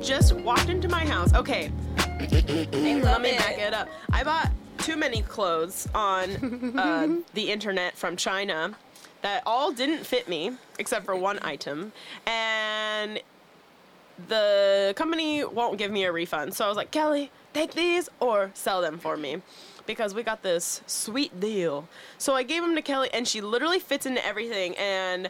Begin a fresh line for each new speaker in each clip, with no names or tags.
just walked into my house. Okay, let
love
me
it.
back it up. I bought too many clothes on uh, the internet from China that all didn't fit me except for one item, and the company won't give me a refund. So I was like, Kelly, take these or sell them for me. Because we got this sweet deal. So I gave them to Kelly and she literally fits into everything and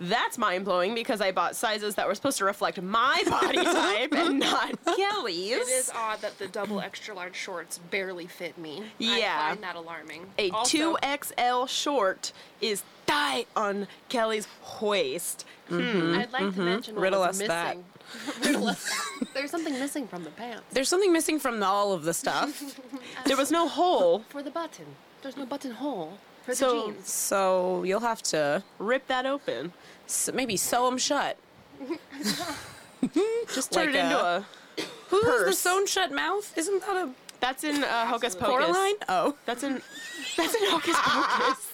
that's mind blowing because I bought sizes that were supposed to reflect my body type and not Kelly's.
It is odd that the double extra large shorts barely fit me.
Yeah.
I find that alarming.
A
Also-
2XL short is tight on Kelly's waist.
I'd like to mention what
Riddle
was
us that.
missing. Riddle us that. There's something missing from the pants.
There's something missing from all of the stuff.
There was no hole.
For the button. There's no buttonhole for
So-
the jeans.
so you'll have to
Rip that open.
s- maybe sew them shut. Just
Turn
like
it into a.
who's the
purse.
sewn shut mouth? Isn't that a
That's in uh, Hocus Pocus.
Coraline? Oh.
That's in that's in Hocus Pocus.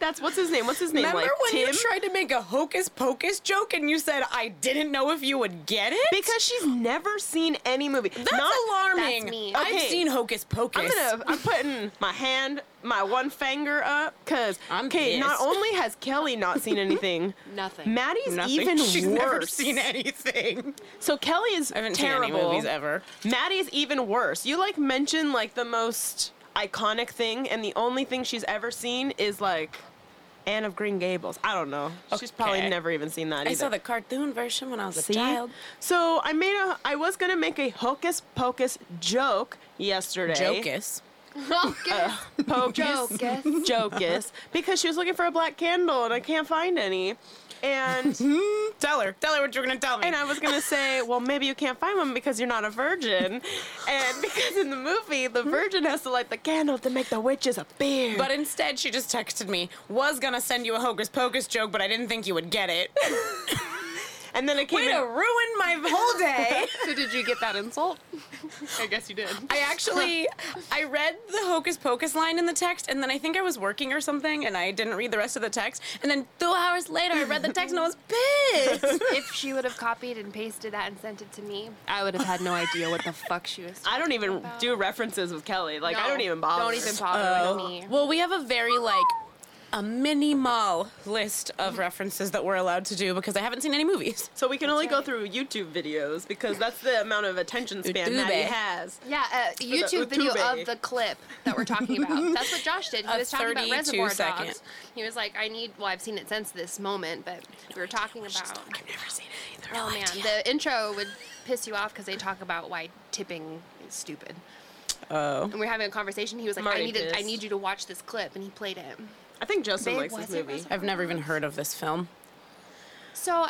That's what's his name? What's his name?
Remember
like
when
Tim?
you tried to make a hocus pocus joke and you said I didn't know if you would get it?
because she's never seen any movie.
that's
Not,
alarming.
that's me.
I've
Okay.
seen hocus pocus.
I'm gonna. I'm putting my hand, my one finger up, cause
I'm
okay. Not
pissed.
only has Kelly not seen anything,
Nothing.
Maddie's
Nothing.
even
She's
worse.
never seen anything.
So Kelly is
I haven't
terrible.
seen any movies ever.
Maddie's even worse. You like mention like the most iconic thing, and the only thing she's ever seen is like Anne of Green Gables. I don't know. She's probably
Okay.
never even seen that.
I
either.
saw the cartoon version when I was a
See?
child.
So I made a. I was gonna make a hocus pocus joke yesterday.
Jocus.
Focus.
Pocus.
Focus.
Jocus. Because she was looking for a black candle and I can't find any. And
Tell her. Tell her what you're gonna tell me.
and I was gonna say, well, maybe you can't find one because you're not a virgin, and because in the movie the virgin has to light the candle to make the witches appear.
But instead, she just texted me, was gonna send you a hocus pocus joke, but I didn't think you would get it.
and then it came.
Way to
in-
ruin my whole day.
so did you get that insult? I guess you did.
I actually, I read the hocus pocus line in the text, and then I think I was working or something, and I didn't read the rest of the text. And then two hours later, I read the text, and I was pissed.
if she would have copied and pasted that and sent it to me, I would have had no idea what the fuck she was.
I don't even do references with Kelly. Like I
No,
don't even bother. Uh,
Don't even bother with me.
well, we have a very like. A mini mall list of references that we're allowed to do because I haven't seen any movies.
So we can only go
right.
through YouTube videos because that's the amount of attention span Maddie
Utube.
has.
Yeah, a YouTube video
Utube.
of the clip that we're talking about. That's what Josh did. He
A
was talking about
32
Reservoir
second.
Dogs. He was like, I need, well, I've seen it since this moment, but we were talking about,
I've never seen it either.
oh man, the intro would piss you off because they talk about why tipping is stupid.
Oh.
And we are having a conversation. He was like,
Marty
I need, to, I
pissed.
need you to watch this clip, and he played it.
I think Justin
Babe,
likes this
was it
movie.
Reservoir-
I've never even heard of this film.
So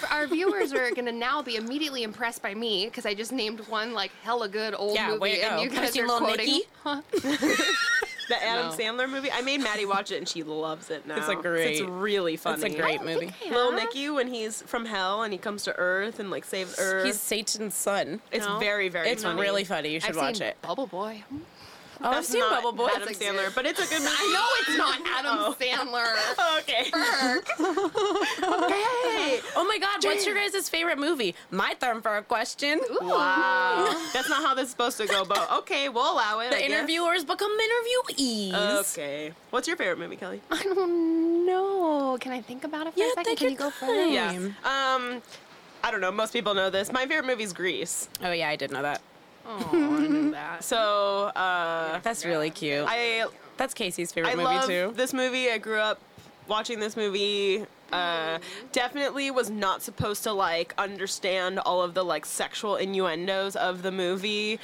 for our viewers are gonna now be immediately impressed by me because I just named one like hella good old
Yeah,
movie,
way to
and
go.
you
Have you
guys
seen
are
Little
quoting.
Nicky?
Huh?
The Adam
No.
Sandler movie. I made Maddie watch it and she loves it now.
It's a
It's
great-
really funny.
It's a great movie.
think I
Little
Yeah.
Nicky when he's from hell and he comes to Earth and like saves Earth.
He's Satan's son.
it's
No.
very very
It's
funny.
really funny. You should
I've
watch
seen
it.
Bubble Boy.
Oh, I've
That's
seen
not
Bubble Boy.
Adam
That's
Sandler, but Oh, it's a good movie.
I know it's not Adam Sandler.
Okay.
Oh my God! What's your guys' favorite movie? My turn for a question.
Wow. That's not how this is supposed to go, but okay, we'll allow it. I
The
guess.
interviewers become interviewees.
Okay. What's your favorite movie, Kelly?
I don't know. Can I think about it for
Yeah,
a second?
take
Can
your
you go further?
time.
Yeah. Um, I don't know. Most people know this. My favorite movie is Grease.
Oh yeah, I did know that.
Oh, I knew that.
So uh,
That's really cute.
I
That's Casey's favorite
I
movie
love
too.
this movie. I grew up watching this movie. Uh, definitely was not supposed to like understand all of the like sexual innuendos of the movie.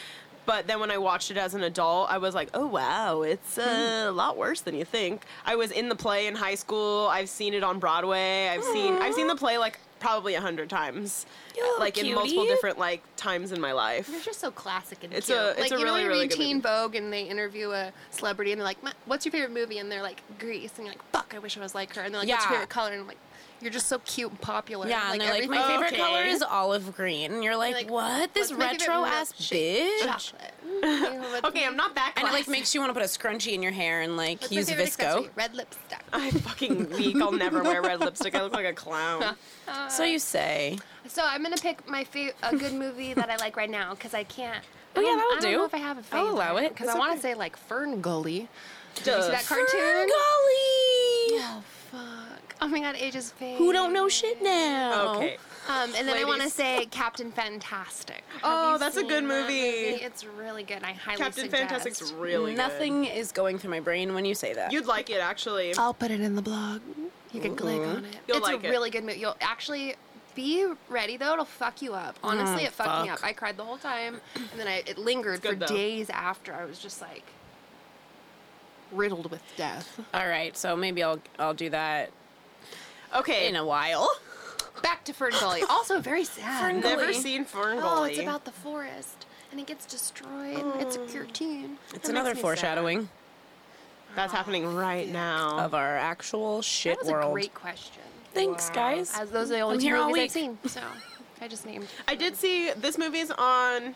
But then when I watched it as an adult, I was like, "Oh wow, it's uh,
Mm-hmm.
a lot worse than you think." I was in the play in high school. I've seen it on Broadway. I've seen I've seen the play like probably a hundred times,
You little
like in multiple
cutie.
different like times in my life.
They're just so classic and
It's
cute.
a- it's
like
a
you know,
really,
you
really
read
good
Teen
movie.
Vogue and they interview a celebrity and they're like, "My- "What's your favorite movie?" And they're like, "Grease," and you're like, "Fuck, I wish I was like her." And they're like, "What's
Yeah.
your favorite color?" And I'm like, You're just so cute and popular.
Yeah, and they're like, my
everything-
favorite
Okay.
color is olive green. And you're like,
like,
what? This
let's make it
retro
milk
ass
shake
bitch.
Chocolate. Mm,
Okay, I'm not back.
And it like makes you want to put a scrunchie in your hair and like
What's my
use
favorite
Visco.
accessory? Red lipstick.
I'm fucking weak. I'll never wear red lipstick. I look like a clown.
so you say.
So I'm gonna pick my fa- a good movie that I like right now because I can't.
Oh,
I
yeah,
don't-
that'll
I don't
do.
know if I have a favorite.
I'll allow it.
because
It's
I want
okay.
to say like Fern Gully. Did you
Duh.
see that cartoon?
Ferngully!
Oh fuck! Oh my god, ages fade.
Who don't know shit now?
Okay.
Um, and then I want to
Ladies.
say Captain Fantastic. Have
Oh,
you
that's a
seen
good
that
movie.
It's really good. I highly
Captain
suggest.
Fantastic's really good.
Nothing is going through my brain when you say that.
You'd like it actually.
I'll put it in the blog. You can click on it.
You'll
it's
like
a
it.
really good movie. You'll actually be ready though. It'll fuck you up. Honestly,
Oh,
it fucked me
fuck.
up. I cried the whole time, and then I, it lingered for
good, though.
days after. I was just like riddled with death.
All right, so maybe I'll I'll do that
Okay.
in a while.
Back to Ferngully. Also very sad.
Ferngully.
Never
Gully.
seen Ferngully.
Oh, it's about the forest, and it gets destroyed. and It's a cartoon.
It's another foreshadowing
That's happening right now.
of our actual shit
Oh. That was
world.
a great question.
Thanks,
Wow.
guys.
As those are the only
I'm
two
here all
movies I've seen.
week.
So I just named.
I did see this movie's on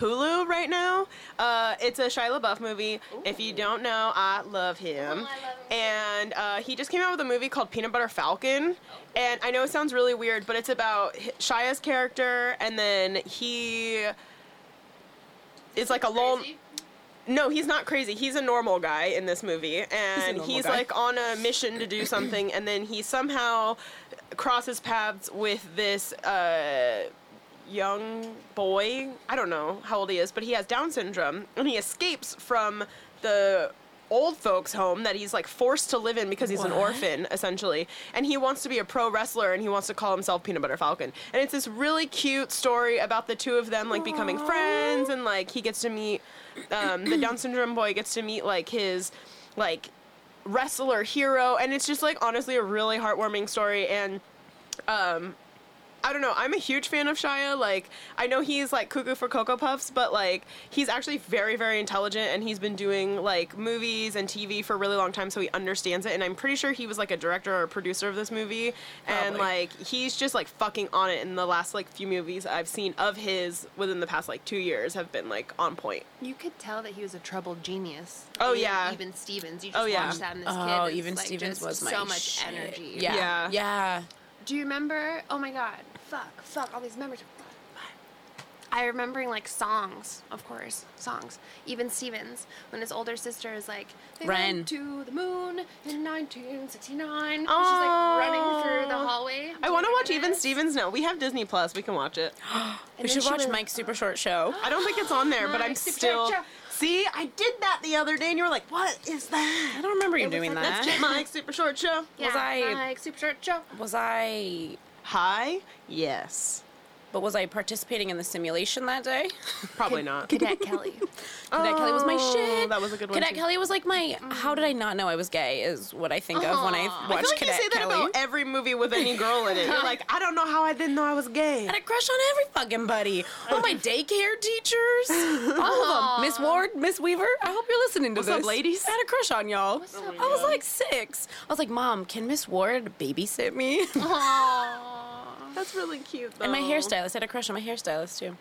Hulu right now. Uh, it's a Shia LaBeouf movie. If you don't know, I love him.
Oh, I love him too.
And uh, he just came out with a movie called Peanut Butter Falcon. And I know it sounds really weird, but it's about H- Shia's character, and then he is like a lone. No, he's not crazy. He's a normal guy in this movie, and
normal
he's,
guy.
like on a mission to do something, and then he somehow crosses paths with this uh, young boy. I don't know how old he is, but he has Down syndrome, and he escapes from the old folks' home that he's like forced to live in because he's an
What?
orphan, essentially. And he wants to be a pro wrestler, and he wants to call himself Peanut Butter Falcon. And it's this really cute story about the two of them like becoming
Aw.
friends, and like he gets to meet um, the Down syndrome boy gets to meet like his like wrestler hero, and it's just like honestly a really heartwarming story. And um, I don't know, I'm a huge fan of Shia. Like I know he's like cuckoo for cocoa puffs, but like he's actually very very intelligent, and he's been doing like movies and TV for a really long time, so he understands it. And I'm pretty sure he was like a director or a producer of this movie, and
Probably.
like he's just like fucking on it. And the last like few movies I've seen of his within the past like two years have been like on point.
You could tell that he was a troubled genius.
Oh,
Even-
yeah.
Even Stevens. You just
Oh, yeah.
watched that in this kid.
oh,
it's,
even
like,
Stevens
just
was my
so much
shit.
energy.
Yeah.
Yeah.
yeah,
Do you remember? Oh my god. Fuck. Fuck. All these memories. I remembering like songs, of course, songs. Even Stevens, when his older sister is like, "They
Ren.
went to the moon in 1969," and she's like running through the
Oh.
hallway.
I want to watch Even
Yes.
Stevens now. We have Disney Plus. We can watch it.
We
then
should
she
watch
was-
Mike's super short show.
I don't think it's on there, but I'm
Nice.
still.
Supercharger.
See, I did that the other day, and you were like, "What is that?"
I don't remember you
It was
doing
like-
that.
That's
Chipmunk Super Short Show.
Yeah,
Was I-
like super short show.
Was I?
Hi. Yes.
But was I participating in the simulation that day?
Probably not.
Cadet Kelly.
Cadet Kelly was my
Oh,
shit.
that was a good one, too.
Cadet Kelly was like my. How did I not know I was gay? Is what I think of when I
Aw. I
watch
I feel like
Cadet
you say that
Kelly.
about every movie with any girl in it. You're like, I don't know how I didn't know I was gay.
I had a crush on every fucking buddy. All my daycare teachers. All of them. Miss Ward, Miss Weaver. I hope you're listening to
What's
this.
up, ladies?
I had a crush on y'all.
What's up,
I was like six. I was like, Mom, can Miss Ward babysit me?
Aww.
That's really cute, though.
and my hairstylist. I had a crush on my hairstylist too.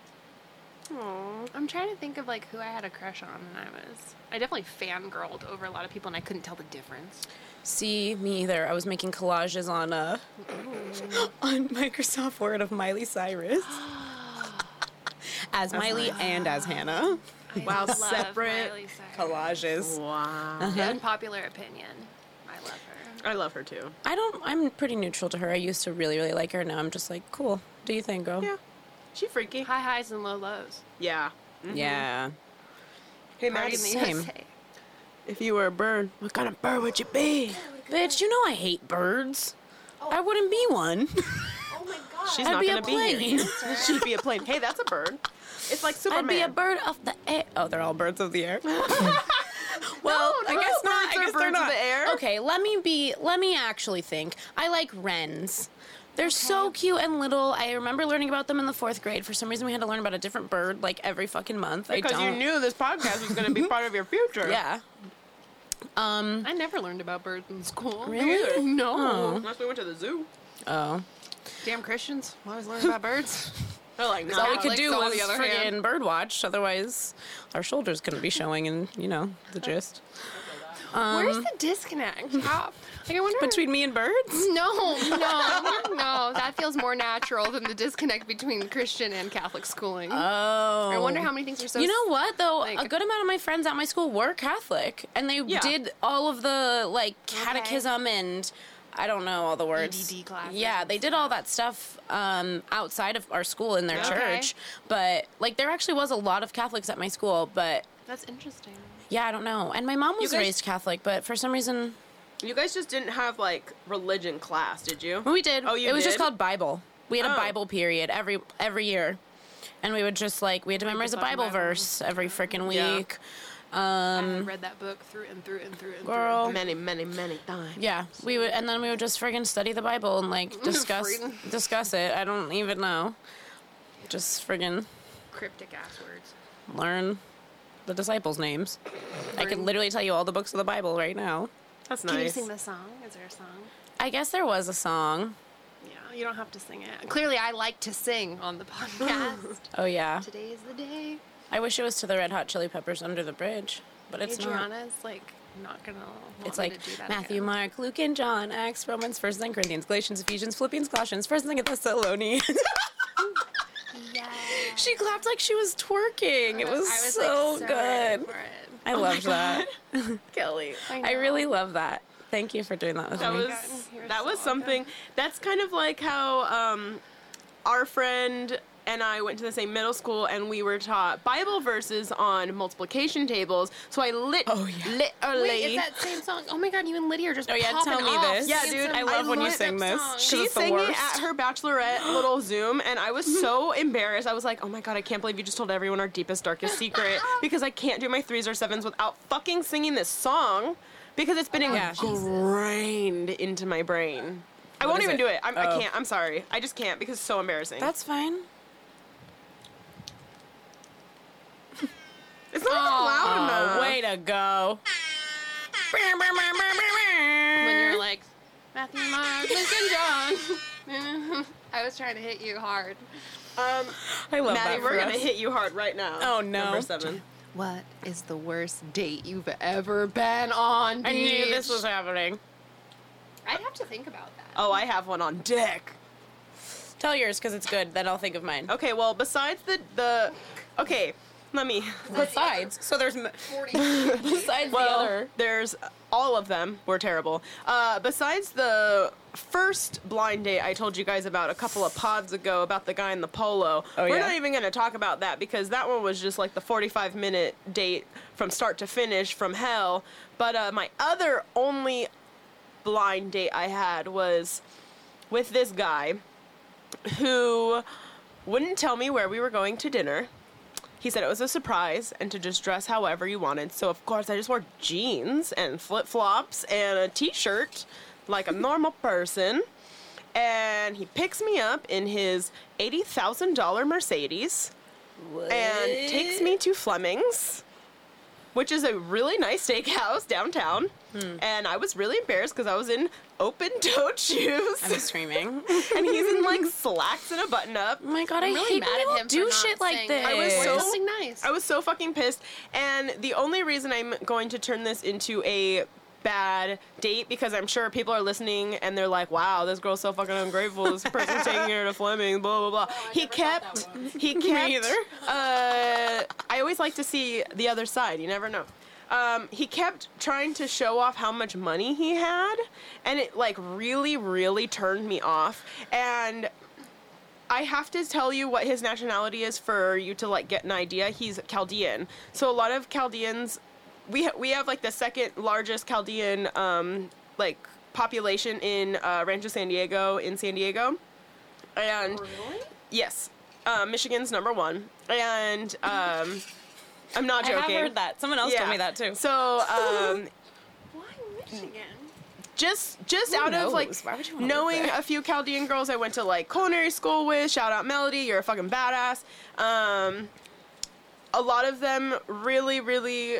Aw.
I'm trying to think of like who I had a crush on when I was. I definitely fangirled over a lot of people, and I couldn't tell the difference.
See me either. I was making collages on uh on Microsoft Word of Miley Cyrus. as Miley and as Hannah.
I
Wow,
love
separate
Miley Cyrus.
Collages.
Wow.
Uh-huh.
The unpopular opinion. I love her.
I love her too.
I don't. I'm pretty neutral to her. I used to really, really like her. Now I'm just like, cool. Do you think, girl?
Yeah. She freaky.
High highs and low lows.
Yeah.
Yeah.
Hey, Maddie,
Party in the
same.
USA.
if you were a bird, what kind of bird would you be?
Bitch, you know I hate birds. I wouldn't be one.
Oh my god.
She's
I'd
Oh. not
be
gonna
a
be here.
plane.
She'd be a plane. Hey, that's a bird. It's like Superman.
I'd be a bird of the air. Oh, they're all birds of the air. well, I
no,
guess not.
birds are
I guess they're
birds of
not.
the air.
Okay, let me be. Let me actually think. I like wrens. They're so cute and little. I remember learning about them in the fourth grade. For some reason, we had to learn about a different bird like every fucking month. I
Because
don't.
you knew this podcast was going to be part of your future.
yeah. Um.
I never learned about birds in school.
Really?
No.
Uh-huh.
Unless we went to the zoo.
Oh.
Damn Christians. Always learn about birds.
They're like,
All we
nah.
Alex
could do
on
was
the other hand.
friggin' birdwatch. Otherwise, our shoulders couldn't be showing, and you know the gist Um,
Where's the disconnect? How, like, I wonder.
Uh-huh. between me and birds.
no, no, no. That feels more natural than the disconnect between Christian and Catholic schooling.
Oh.
I wonder how many things are so.
You know what though? a
like-
good amount of my friends at my school were Catholic, and they
Yeah.
did all of the like catechism and I don't know all the words.
EDD E classes
Yeah,
and
they did all that stuff um, outside of our school in their
Okay.
church. But like, there actually was a lot of Catholics at my school. But
That's interesting.
yeah, I don't know. And my mom was
guys-
raised Catholic, but for some reason,
You guys just didn't have like religion class, did you?
Well, we did.
Oh, you
It was just
did?
called Bible. We had a
Oh.
Bible period every every year, and we would just like we had to memorize a
fucking
Bible
Bible.
verse every freaking
Yeah.
week.
Um,
I read that book through and through and through and
Girl.
Many, many, many times.
Yeah, we would, and then we would just friggin' study the Bible and like discuss
Friggin'.
discuss it. I don't even know. Just friggin'
through. Cryptic ass words.
learn the disciples' names. I could literally tell you all the books of the Bible right now.
That's
Can you
nice.
sing the song? Is there a song?
I guess there was a song.
Yeah, you don't have to sing it. Clearly, I like to sing on the podcast.
Oh yeah,
Today is the day.
I wish it was to the Red Hot Chili Peppers "Under the Bridge," but it's not.
Adriana's like not gonna. Want
It's
me
like
to do that
Matthew,
again.
Mark, Luke, and John, Acts, Romans, First and Corinthians, Galatians, Ephesians, Philippians, Colossians, First and Thessalonians.
Yeah.
she clapped like she was twerking. It was,
I was
so,
like, so ready
good.
for it.
I loved that.
Kelly.
I
know.
really love that. Thank you for doing that with
That
me.
was
God, you're
that
so
was something. That's kind of like how um, our friend and I went to the same middle school, and we were taught Bible verses on multiplication tables. So I lit
Oh, yeah.
literally.
Wait, is that same song? Oh my god, you and Lydia are just
Oh, yeah,
popping
tell me
off.
this.
Yeah,
It's
dude,
an-
I love
when you
love
sing
that
this.
song.
She-
she
was the
sang it
worst.
at her bachelorette little Zoom, and I was so embarrassed. I was like, "Oh my god, I can't believe you just told everyone our deepest, darkest secret because I can't do my threes or sevens without fucking singing this song because it's been
Yeah.
ingrained into my brain." I
What
won't
is
even
it?
do it. I'm,
Oh.
I can't. I'm sorry. I just can't because it's so embarrassing.
That's fine.
it's not even loud
Oh,
enough.
way to go.
when you're like Matthew, Mark, Luke, and John. I was trying to hit you hard.
Um,
I love
Maddie,
that.
we're
for
gonna
us.
hit you hard right now.
Oh, no.
Number seven.
What is the worst date you've ever been on?
I knew this
bitch?
was happening.
I'd have to think about that.
Oh, I have one on deck.
Tell yours because it's good. Then I'll think of mine.
Okay, well, besides the the, okay, let me.
Besides, so there's m-
Forty.
besides
Well,
the other.
there's all of them were terrible. Uh, besides the first blind date I told you guys about a couple of pods ago about the guy in the polo.
Oh,
we're
yeah?
not even going to talk about that because that one was just like the 45 minute date from start to finish from hell. But uh, my other only blind date I had was with this guy who wouldn't tell me where we were going to dinner. He said it was a surprise and to just dress however you wanted. So, of course, I just wore jeans and flip flops and a t shirt like a normal person. And he picks me up in his $80,000 Mercedes and takes me to Fleming's, which is a really nice steakhouse downtown. And I was really embarrassed because I was in open toed shoes
I'm screaming.
and he's in like slacks and a button up.
Oh my god,
I'm
I
really
hate
mad
when
at
y'all
him for
do
not
shit like
saying Oh.
this.
I was so
Or something nice.
I was so fucking pissed. And the only reason I'm going to turn this into a bad date because I'm sure people are listening and they're like, "Wow, this girl's so fucking ungrateful. This person's taking her to Fleming." Blah blah blah. he kept. He kept.
either.
Uh, I always like to see the other side. You never know. Um, he kept trying to show off how much money he had, and it like really, really turned me off. And I have to tell you what his nationality is for you to like get an idea. He's Chaldean, so a lot of Chaldeans, we ha- we have like the second largest Chaldean um, like population in uh, Rancho San Diego in San Diego, and
Oh,
yes, uh, Michigan's number one, and um, I'm not
I
joking.
have heard that. Someone else told me that too.
So um,
Why Michigan?
just just out of like
knows? Why would you wanna live
knowing
there?
a few Chaldean girls I went to like culinary school with. Shout out Melody, you're a fucking badass. Um, a lot of them really, really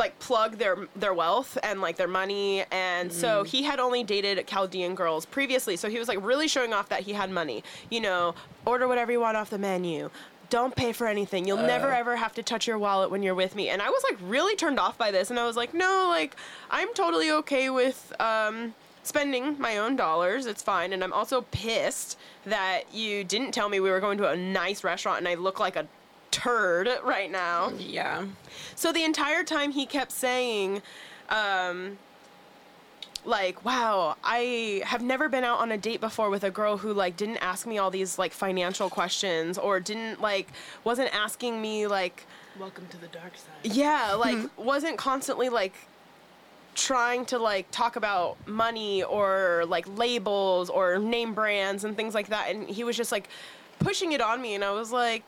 like plug their their wealth and like their money and so he had only dated Chaldean girls previously so he was like really showing off that he had money you know order whatever you want off the menu don't pay for anything you'll never ever have to touch your wallet when you're with me and I was like really turned off by this and I was like no like I'm totally okay with um spending my own dollars it's fine and I'm also pissed that you didn't tell me we were going to a nice restaurant and I look like a turd right now
Yeah.
so the entire time he kept saying, um, like, wow, I have never been out on a date before with a girl who like didn't ask me all these like financial questions or didn't like wasn't asking me like
Welcome to the dark side.
yeah,
Mm-hmm.
like wasn't constantly like trying to like talk about money or like labels or name brands and things like that and he was just like pushing it on me and I was like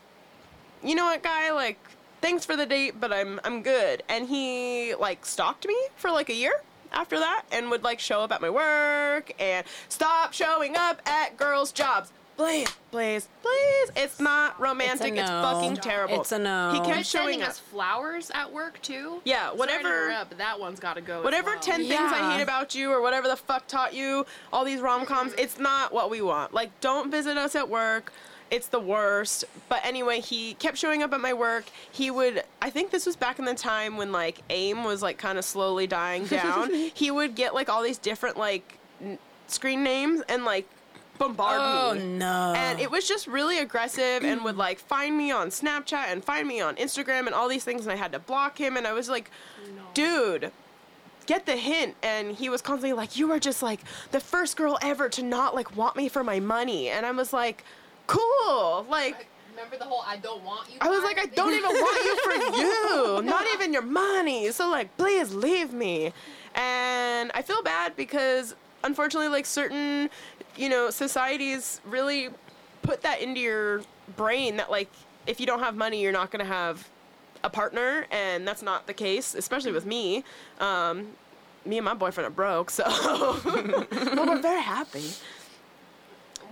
you know what guy like thanks for the date but I'm I'm good and he like stalked me for like a year after that and would like show up at my work and stop showing up at girls jobs please please please it's not romantic it's,
no.
fucking terrible
It's a no.
he
Quit
kept
Quit sending
showing
us flowers at work too.
Yeah,
Sorry to
whatever-
interrupt, that one's got to go. as
whatever
well.
10 things
Yeah.
I hate about you or whatever the fuck taught you, all these rom coms, it's not what we want. Like, don't visit us at work. It's the worst. But anyway, he kept showing up at my work. He would, I think this was back in the time when like AIM was like kind of slowly dying down. he would get like all these different like n- screen names and like bombard
Oh
me.
no.
And it was just really aggressive and would like find me on Snapchat and find me on Instagram and all these things. And I had to block him. And I was like, dude, get the hint. And he was constantly like, you were just like the first girl ever to not like want me for my money. And I was like, cool. Like,
Remember the whole I don't want you.
I was
part?
like, I don't even want you for you, not even your money. So like, please leave me. And I feel bad because unfortunately, like certain, you know, societies really put that into your brain that like if you don't have money, you're not gonna have a partner, and that's not the case, especially with me. Um, me and my boyfriend are broke, so but we're very happy.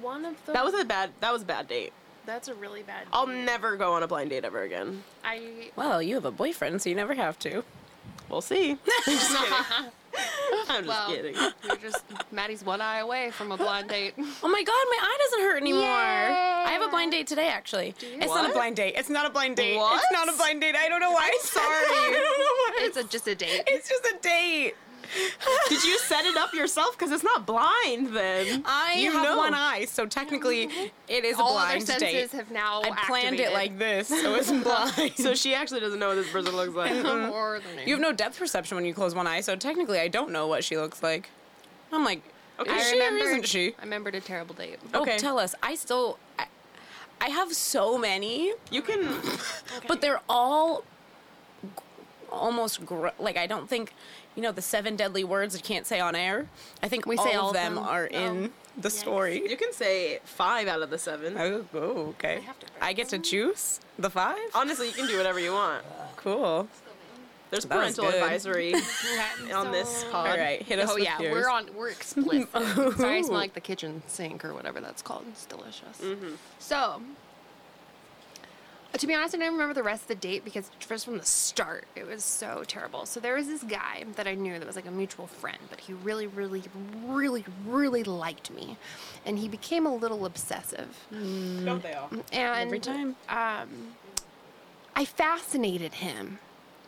One of those.
That was a bad. That was a bad date.
That's a really bad.
I'll never go on a blind date ever again.
I
well, you have a boyfriend, so you never have to.
We'll see. I'm just
Well,
kidding.
You're just Maddie's one eye away from a blind date.
Oh my god, my eye doesn't hurt anymore.
Yeah.
I have a blind date today, actually. It's not
What?
a blind date. It's not a blind date.
What?
It's not a blind date. I don't know why. I'm sorry. I don't know why.
it's a, just a date.
It's just a date.
Did you set it up yourself? Because it's not blind then.
I
You
have
know.
one eye, so technically it is
all
a
other
blind
senses
date.
have now.
I planned it like this, so it's blind.
so she actually doesn't know what this person looks like.
More than
you have no depth perception when you close one eye, so technically I don't know what she looks like. I'm like, okay, is she or isn't she?
I remembered a terrible date.
Okay.
Oh, tell us. I still, I, I have so many,
You can.
but they're all g- almost gr- like I don't think, you know, the seven deadly words you can't say on air. I think
We
all
say
of
all of
them, Oh.
them.
are in the story.
You can say five out of the seven.
Oh, oh, okay. I,
have to break
get to choose the five.
Honestly, you can do whatever you want.
Cool.
There's
That was
parental
good.
advisory on this pod.
All right, hit us
Oh
with
yeah,
yours.
we're on. We're explicit. Sorry, I smell like
Oh.
the kitchen sink or whatever that's called. It's delicious.
Mm-hmm.
So, to be honest, I don't remember the rest of the date because just from the start, it was so terrible. So there was this guy that I knew that was like a mutual friend, but he really, really, really, really liked me, and he became a little obsessive.
Don't they all?
And
Every time.
um, I fascinated him.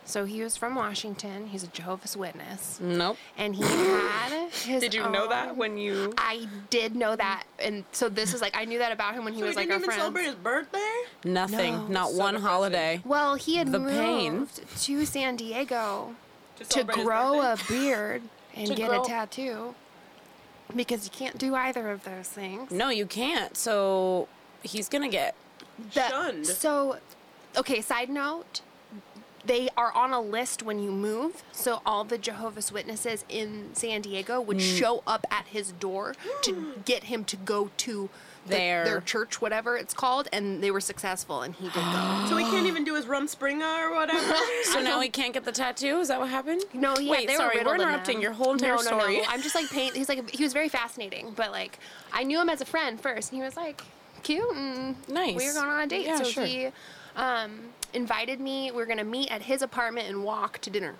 So he was from Washington. He's a Jehovah's Witness,
Nope.
and he had his.
Did you know
own-
that when you?
I did know that, and so this is like I knew that about him when he was like our friend.
his birthday?
Nothing.
No.
not one holiday.
Well, he had
The
moved
pain.
to San Diego
To,
to grow a beard and
To
get
grow-
a tattoo because you can't do either of those things.
No, you can't. So he's gonna get.
The-
Shunned.
So, okay, side note. They are on a list when you move, so all the Jehovah's Witnesses in San Diego would show up at his door to get him to go to the-
There.
their church, whatever it's called, and they were successful, and he did go.
So he can't even do his rum springer or whatever.
So now he can't get the tattoo. Is that what happened?
No, yeah,
Wait,
they
sorry,
were
we're
riddled in
interrupting
them.
your whole
no,
entire
no,
story.
No. I'm just like paint. He's like he was very fascinating, but like I knew him as a friend first, and he was like cute and
Nice.
We were going on a date,
Yeah,
so
sure.
he um, invited me. We are gonna meet at his apartment and walk to dinner.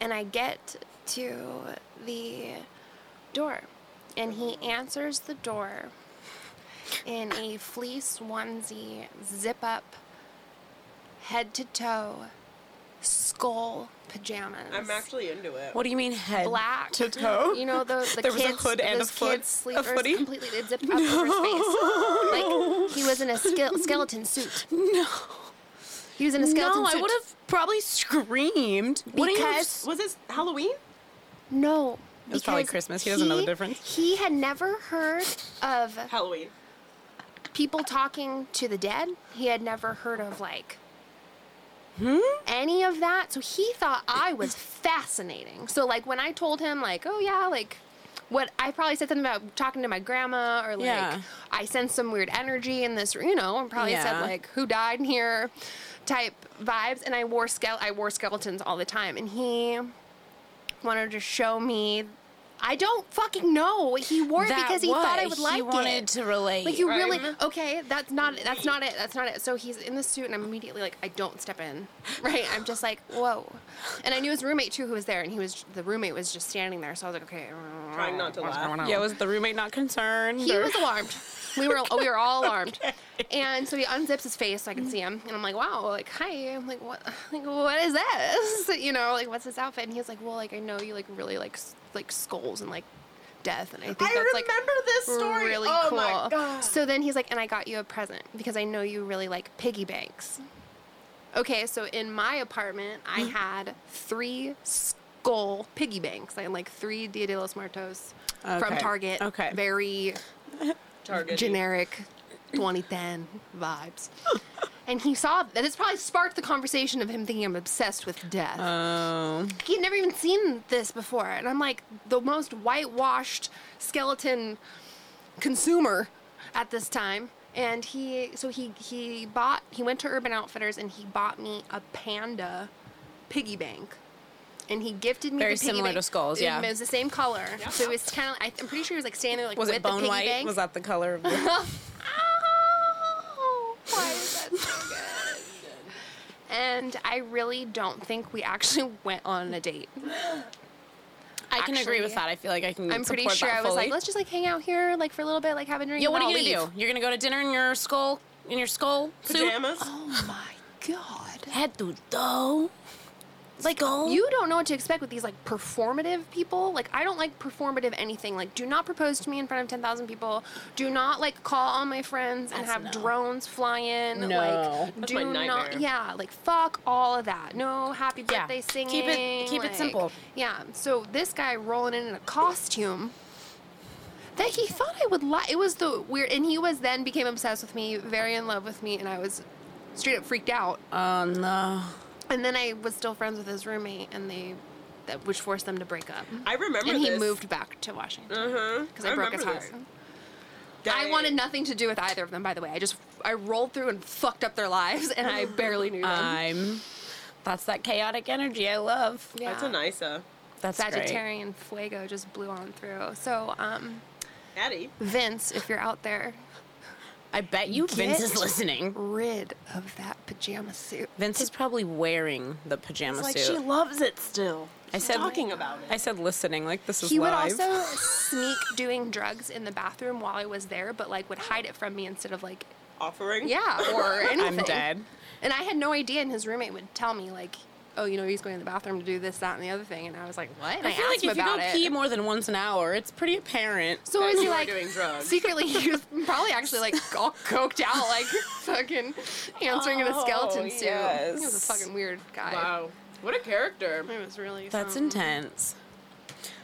And I get to the door, and he answers the door in a fleece onesie, zip up, head to toe, skull pajamas.
I'm actually into it.
What do you mean head
black
to toe?
You know the, the
There was a
kids,
hood and a
those
foot-
kids' sleepers
a footy?
completely it zipped up over his face. Like he was in a ske- skeleton suit.
no.
He was in a skeleton
No,
suit.
I would have probably screamed. Wouldn't you have
Because-
Was this Halloween?
No.
It was probably
because
Christmas. He doesn't know the difference.
He had never heard of
Halloween.
people talking to the dead. He had never heard of like
Hmm?
any of that. So he thought I was fascinating. So like when I told him like, oh yeah, like what I probably said something about talking to my grandma or like
Yeah.
I sense some weird energy in this, you know, and probably
Yeah.
said like who died in here type vibes. And I wore skele- I wore skeletons all the time, and he wanted to show me. I don't fucking know. He wore it
That
because he thought I
was-
would like
he
it.
wanted to relate.
Like you
Right.
really okay? That's not it. That's not it. That's not it. So he's in the suit, and I'm immediately like, I don't step in. Right? I'm just like, whoa. And I knew his roommate too, who was there, and he was the roommate was just standing there. So I was like, okay.
Trying not to
what's
laugh.
going on?
Yeah, was the roommate not concerned?
He
or-
was alarmed. We were we were all alarmed. And so he unzips his face so I can see him. And I'm like, wow, like hi. I'm like, what like what is this? You know, like what's this outfit? And he was like, Well, like I know you like really like s- like skulls and like death and I think
I
that's
remember
like
this story.
really
oh
cool.
my god.
So then he's like, and I got you a present because I know you really like piggy banks. Okay, so in my apartment, I
Mm.
had three skull piggy banks. I had like three Dia de los Muertos from
Okay.
Target.
Okay.
Very
Target.
generic 2010 vibes. And he saw that it's probably sparked the conversation of him thinking I'm obsessed with death.
Oh.
He'd never even seen this before. And I'm like the most whitewashed skeleton consumer at this time. And he, so he, he bought, he went to Urban Outfitters and he bought me a panda piggy bank. And he gifted me
Very
the piggy
similar to
bank.
skulls,
It-
yeah.
It was the same color. So it was kind of, I'm pretty sure he was like standing there like
Was
with
it
the
bone
piggy
white?
bank.
Was that the color of the
Oh, why is that so good? And I really don't think we actually went on a date.
I can agree
Actually,
with that. I feel like I can
I'm pretty
support
sure
that
I was
fully.
like, let's just like hang out here, like for a little bit, like have a drink.
Yo,
and
what are
I'll
you gonna
leave."
do? You're gonna go to dinner in your skull in your skull suit?
Pajamas.
Oh my god!
Head to toe. Like skull.
You don't know what to expect with these like performative people. Like I don't like performative anything. Like do not propose to me in front of ten thousand people. Do not like call all my friends and
That's
have
no.
drones fly in.
No.
Like
That's
do
my nightmare.
not. Yeah. Like fuck all of that. No happy
Yeah.
birthday
Keep it-
singing.
keep it
like-
simple.
Yeah. So this guy rolling in in a costume. That he thought I would like. It was the weird, and he was then became obsessed with me, very in love with me, and I was straight up freaked out.
Oh no.
And then I was still friends with his roommate, and they, that, which forced them to break up.
I remember
and he
this.
moved back to Washington
Uh-huh.
because I, broke his
remember
heart.
this.
I wanted nothing to do with either of them, by the way. I just I rolled through and fucked up their lives, and I barely knew them.
Uh,
I'm that's that chaotic energy I love.
yeah.
That's a nice uh,
That's great.
Sagittarian fuego just blew on through. So, um,
Addie.
Vince, if you're out there,
I bet you Vince is
Get-
listening.
rid of that pajama suit.
Vince is probably wearing the pajama suit.
loves it still.
I said
talking about it.
I said listening, like this is
He would
live.
also sneak doing drugs in the bathroom while I was there, but like would hide it from me instead of like
Offering.
Yeah, or anything.
I'm dead.
And I had no idea, and his roommate would tell me like, "Oh, you know, he's going to the bathroom to do this, that, and the other thing," and I was like, "What?" And
I, feel
asked
like
him
if you go
about it.
pee more than once an hour, it's pretty apparent.
so
that
is he
you were
like
doing drugs.
secretly? He was probably actually like all coked out, like fucking answering in a skeleton
Oh,
suit. He was a
yes.
fucking weird guy.
Wow. What a character.
It was really
That's
something.
intense.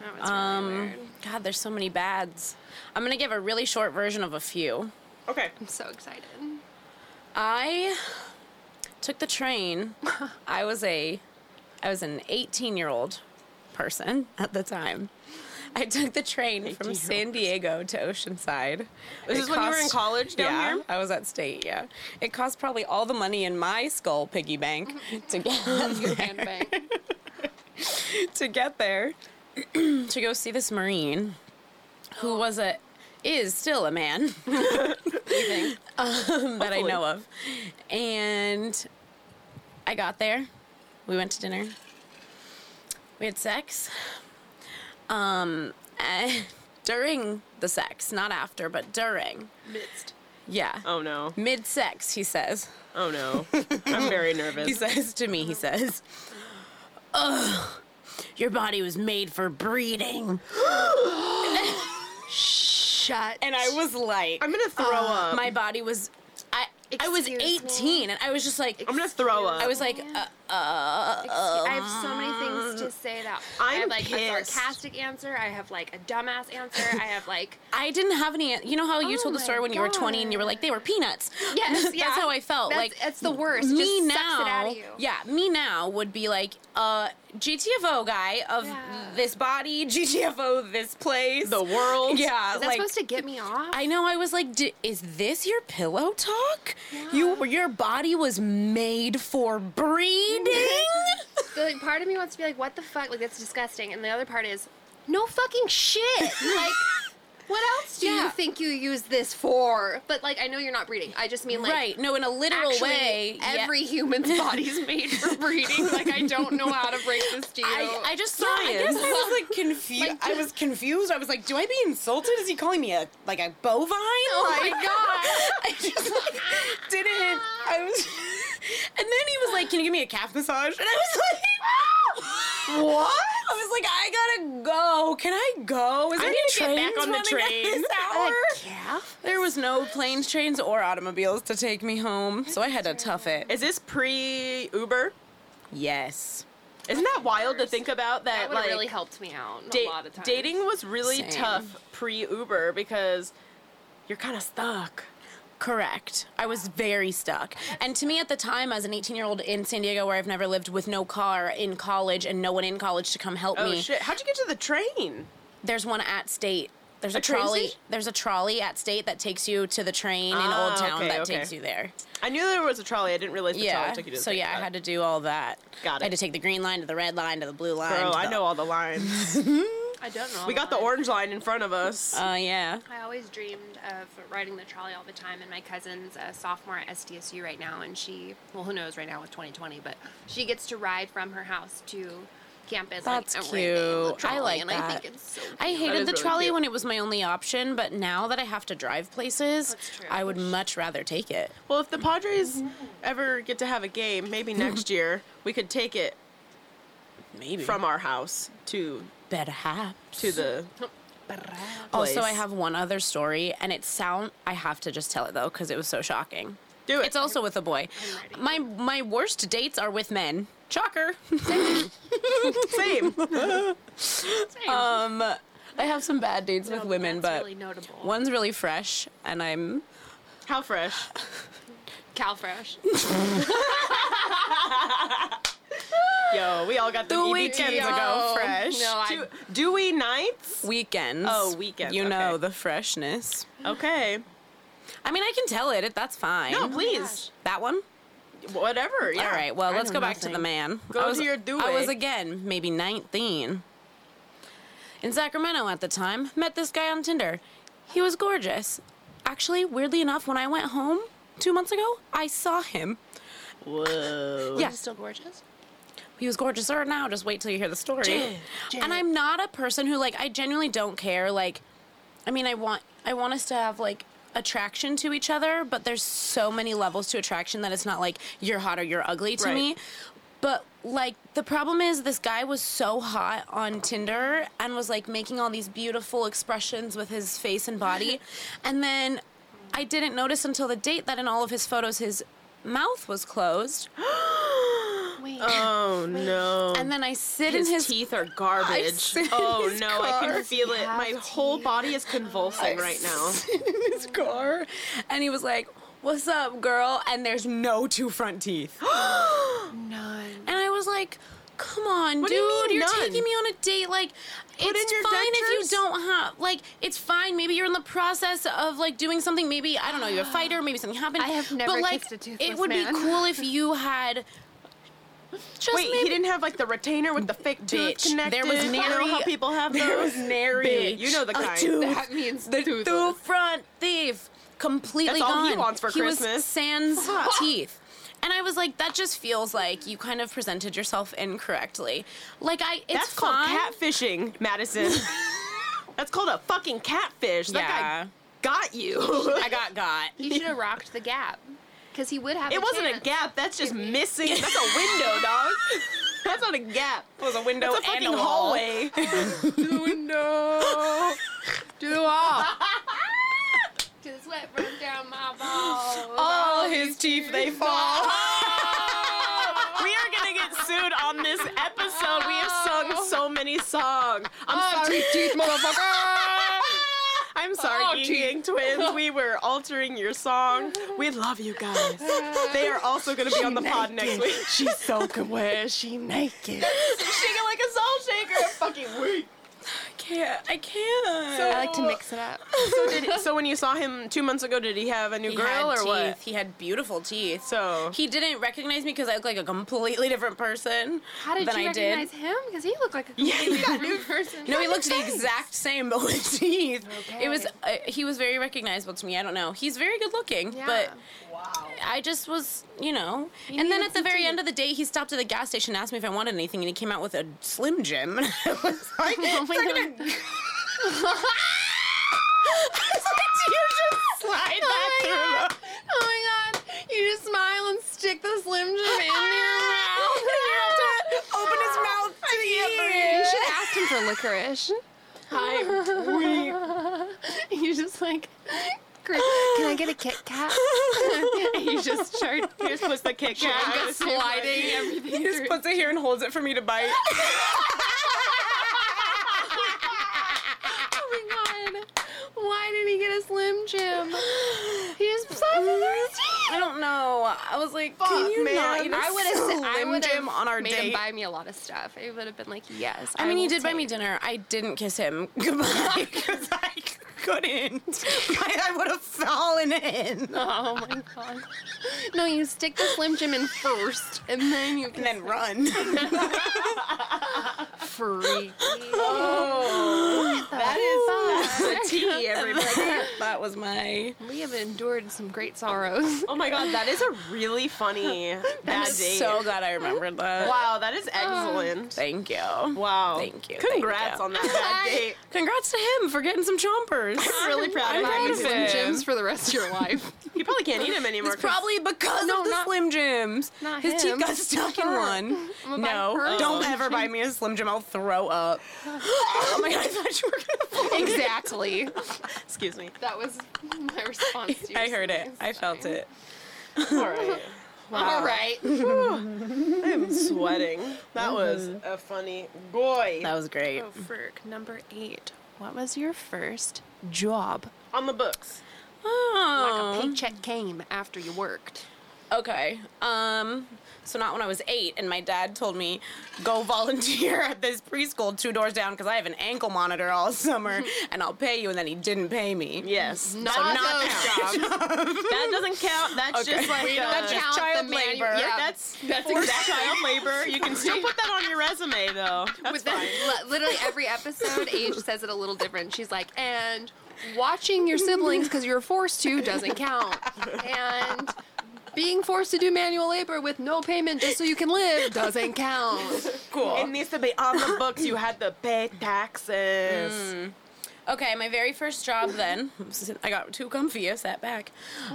That was really
Um,
weird.
God, there's so many bads. I'm gonna give a really short version of a few.
Okay.
I'm so excited.
I took the train. I was a I was an 18 year old person at the time. I took the train from San Diego to Oceanside.
This
It
is when you were in
cost-
college down
yeah,
here?
I was at state. Yeah, it cost probably all the money in my skull piggy bank to get
Your band bang.
to get there to go see this marine who was a is still a man um,
you think?
that I
Hopefully.
know of. And I got there. We went to dinner. We had sex. Um, and during the sex, not after, but during.
Midst.
Yeah.
Oh no.
Mid sex, he says.
Oh no. I'm very nervous.
He says to me, he says, Ugh, your body was made for breeding.
Shut.
And I was like, uh,
I'm gonna throw up.
my body was, I, I was
Excuse me?
18 and I was just like,
I'm gonna throw up.
I was like, uh,
Excuse- I have so many things to say that I
I'm
have like a
pissed.
sarcastic answer. I have like a dumbass answer. I have like
I didn't have any. You know how you
Oh
told the
my
story when you were 20 and you were like, they were peanuts.
yes,
that's
yeah.
how I felt.
That's-
like
that's the worst. It
Me
just
now,
sucks it out of you.
yeah, me now would be like uh, GTFO guy of
Yeah.
this body, GTFO this place,
the world.
Yeah,
Is that
like
supposed to get me off?
I know. I was like, D- is this your pillow talk? You, your body was made for breeding.
So like part of me wants to be like, what the fuck? Like that's disgusting. And the other part is, no fucking shit. like what else do
Yeah.
you think you use this for? But like I know you're not breeding. I just mean like
right? No, in a literal
actually,
way. yeah.
every human's body's made for breeding. like I don't know how to break this to you.
I, I just saw. I guess I was like confused.
Like,
I was confused. I was like, do I be insulted? Is he calling me a like a bovine?
Oh
like,
my god.
I just like, didn't. I was. And then he was like, "Can you give me a calf massage?" And I was like, "What?" I was like, "I gotta go. Can I go? Is there
I
any
need to get back
trains
on the
running at
train."
this hour?"
yeah.
There was no planes, trains, or automobiles to take me home, so I had to tough it.
Is this pre Uber?
Yes.
Isn't that wild to think about? That,
That would have
like
really helped me out
da-
a lot of times.
dating was really
Same.
tough pre Uber because you're kind of stuck.
Correct. I was very stuck. And to me at the time, as an 18 year old in San Diego where I've never lived with no car in college and no one in college to come help
Oh
me,
shit! How'd you get to the train?
there's one at State. There's a,
A train
trolley.
station?
There's a trolley at State that takes you to the train in
Ah,
Old Town
okay,
that
okay.
takes you there.
I knew there was a trolley. I didn't realize the
yeah.
trolley took you to the
so
train.
yeah, I
Got
had to do all that.
Got
I had
it.
to take the green line to the red line to the blue line.
it. Bro,
to
I
the-
know all the lines.
I don't know.
we got the
why.
orange line in front of us.
Oh yeah.
I always dreamed of riding the trolley all the time, and my cousin's a sophomore at SDSU right now, and she, well, who knows right now with 2020, but she gets to ride from her house to campus.
That's
like, every day on the
cute. I
trolley,
like
and I
that.
think it's so
I hated
is really
the trolley
cute.
when it was my only option, but now that I have to drive places,
That's true.
I would much rather take it.
Well, if the Padres ever get to have a game, maybe next year we could take it
Maybe
from our house to
perhaps
to the.
Also, I
place.
have one other story, and it sound I have to just tell it though because it was so shocking.
Do it.
It's also with a boy.
ready.
My my worst dates are with men. Shocker.
same.
Same.
um, I have some bad dates with
No,
women,
that's
but
really notable.
one's really fresh, and I'm
How fresh?
CalFresh.
Yo, we all got the weekends ago
weekend.
fresh.
No, I-
Do- do we nights?
weekends.
Oh, weekends,
You know
okay.
the freshness.
Okay.
I mean, I can tell it. it that's fine.
No, please.
That one.
Whatever. Yeah.
Oh All right. Well,
I
let's
know
go back to
nothing.
the man.
Go
I
to
was,
your duet.
I was again maybe 19 in Sacramento at the time. Met this guy on Tinder. He was gorgeous. Actually, weirdly enough, when I went home two months ago, I saw him.
Whoa.
Yeah.
He's still gorgeous.
He was gorgeous or now. Just wait till you hear the story. And I'm not a person who like I genuinely don't care. Like, I mean, I want I want us to have like attraction to each other, but there's so many levels to attraction that it's not like you're hot or you're ugly to
Right.
me. But like the problem is this guy was so hot on Tinder and was like making all these beautiful expressions with his face and body. and then I didn't notice until the date that in all of his photos his mouth was closed.
Wait.
um,
Oh no.
And then I sit
his,
in his
teeth are garbage.
sit in
Oh
his
no, I can
car.
feel it.
Yeah,
My whole body is convulsing right now.
in his car and he was like, What's up, girl? And there's no two front teeth.
None.
And I was like, Come on,
What do
dude.
you mean,
are
none?
taking me on a date. Like, it's
your
fine if
dentures?
you don't have, like, it's fine. Maybe you're in the process of, like, doing something. Maybe, I don't know, you're a fighter. Maybe something happened.
I have never
but, like,
kissed a
It
toothless
would
man.
be cool if you had just
Wait,
maybe
he didn't have like the retainer with the fake tooth
Bitch,
connected.
there was
You know
nary-
how people have those?
There was nary.
You know the
a
kind.
tooth.
That means
the
toothless.
two front thief. completely
That's all
gone.
he wants for
was
Christmas.
sans teeth. And I was like, that just feels like you kind of presented yourself incorrectly. Like I, it's
That's
fine.
called catfishing, Madison. That's called a fucking catfish. That
Yeah.
guy got you.
I got got.
He should have rocked the gap because he would have.
it wasn't a
chance.
gap. That's just missing. That's a window, dog. That's not a gap.
It was a window
That's a
and
fucking
a wall.
hallway.
the window. to the wall. to the sweat runs down my balls.
All his teeth they fall. we are gonna get sued on this episode. We have sung so many songs. I'm
Oh,
sorry.
teeth, motherfucker.
I'm sorry,
Oh,
Ying
teeth.
Yang twins. We were altering your song. We love you guys. They are also gonna be on the pod next week.
She's so good. Where is she naked?
shaking like a salt shaker. fucking weak.
I can't. I can't.
I like to mix it up.
So, did, so when you saw him two months ago, did he have a new
he
girl
had
or
teeth.
what?
He had beautiful teeth.
So-
he didn't recognize me because I look like a completely different person.
How did
than
you
I
recognize
did.
him? Because he looked like a
Yeah,
completely
he got
different person.
No, he looked the exact same, but with teeth.
Okay.
It was uh, he was very recognizable to me. I don't know. He's very good looking,
Yeah.
but I just was, you know. and then
needed
at the
some
very
teeth.
end of the day, he stopped at the gas station, and asked me if I wanted anything, and he came out with a Slim Jim. And I was like,
Oh my
"Freaking-
God.
I was like, "Do you just slide that
Oh my
through the-"
God. Oh my god. You just smile and stick the Slim Jim in your mouth.
Open his mouth to
You should ask him for licorice. You just like, "Chris, can I get a Kit Kat? and you just start
Here's puts the Kit Kat.
sliding everything.
He just puts it here and holds it for me to bite.
Oh my god. Why did he get a Slim Jim? He just slides it through his teeth.
I don't know. I was like, can you
man.
not?
I
would've
said- I
Slim
would've
Jim on our
made
date.
him buy me a lot of stuff. It would have been like, yes.
I mean, he
will
did buy
take
me dinner. I didn't kiss him goodbye because I couldn't. I, I would have fallen in.
Oh my god. No, you stick the Slim Jim in first, and then you
And then run.
freaky.
Oh. That is that's the tea, everybody.
that was my.
Oh, We have endured some great sorrows.
Oh my god, that is a really funny bad
I'm
date.
so glad I remembered that.
wow, that is excellent.
Thank you.
Wow.
Thank you, thank
Congrats
you.
on that bad date.
Congrats to him for getting some chompers.
I'm really proud of
proud
him.
of
He's-
Slim
him.
Jims for the rest of your life.
He probably can't eat him anymore.
It's
'cause-
probably because
No,
of the
not-
Slim Jims.
not
His
him.
teeth got stuck in
Her.
one.
I'ma buy
No,
her
don't
Slim
ever buy me a Slim Jim. I'll throw up. oh my god, I thought you were gonna.
exactly.
excuse me.
That was my response to your
I heard it.
Slim
I
Jim.
felt it.
All right.
All right.
I'm sweating. That was a funny boy.
That was great.
Oh, Frick, number eight. What was your first job?
On the books.
Oh.
Like a paycheck came after you worked.
Okay. Um. So not when I was eight, and my dad told me, "Go volunteer at this preschool two doors down because I have an ankle monitor all summer, and I'll pay you." And then he didn't pay me.
Yes.
Not,
not
those jobs.
That doesn't count. That's
Okay.
just like
We
uh,
don't
that's
count
just
child
the manu-
labor.
yeah.
That's that's exact child labor. You can still put that on your resume though. That's
with
fine.
that, li- literally every episode, Age says it a little different. She's like, and watching your siblings because you're forced to doesn't count, and being forced to do manual labor with no payment just so you can live doesn't count.
Cool.
It needs to be on the books. You had to pay taxes.
Okay, my very first job then, I got too comfy, I sat back,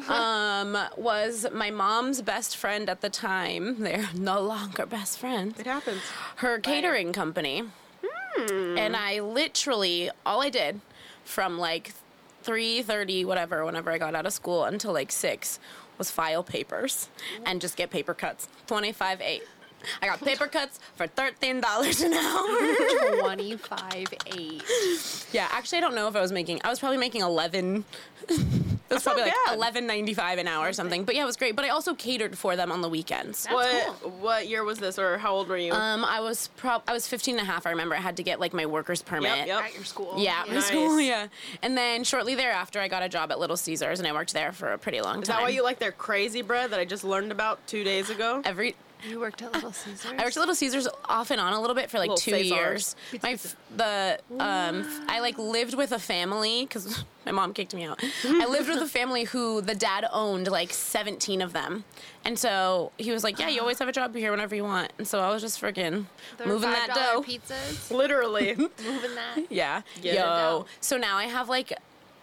um, was my mom's best friend at the time. They're no longer best friends.
It happens.
Her catering company. And I literally, all I did from like 3.30, whatever, whenever I got out of school until like 6 was file papers and just get paper cuts. 25.8. I got paper cuts for $13 an hour.
Twenty-five eight.
Yeah, actually, I don't know if I was making. I was probably making eleven. It was probably like
bad.
eleven ninety five an hour or something. But yeah, it was great. But I also catered for them on the weekends.
what what year was this or how old were you?
Um, I was prob I was 15 and a half. I remember I had to get like my worker's permit.
yep.
At your school.
Yeah, my
Nice.
school, yeah. And then shortly thereafter, I got a job at Little Caesars, and I worked there for a pretty long time.
Is that why you like their crazy bread that I just learned about two days ago?
every
You worked at Little Caesars.
I worked at Little Caesars off and on a little bit for like
Little
two
Caesars.
years. My f- the um, f- I like lived with a family because my mom kicked me out. I lived with a family who the dad owned like seventeen of them, and so he was like, "Yeah, you always have a job here whenever you want." And so I was just freaking
They're
moving that
$5
dough.
Pizzas,
Literally.
moving that.
Yeah.
Get it
Yo.
out.
So now I have like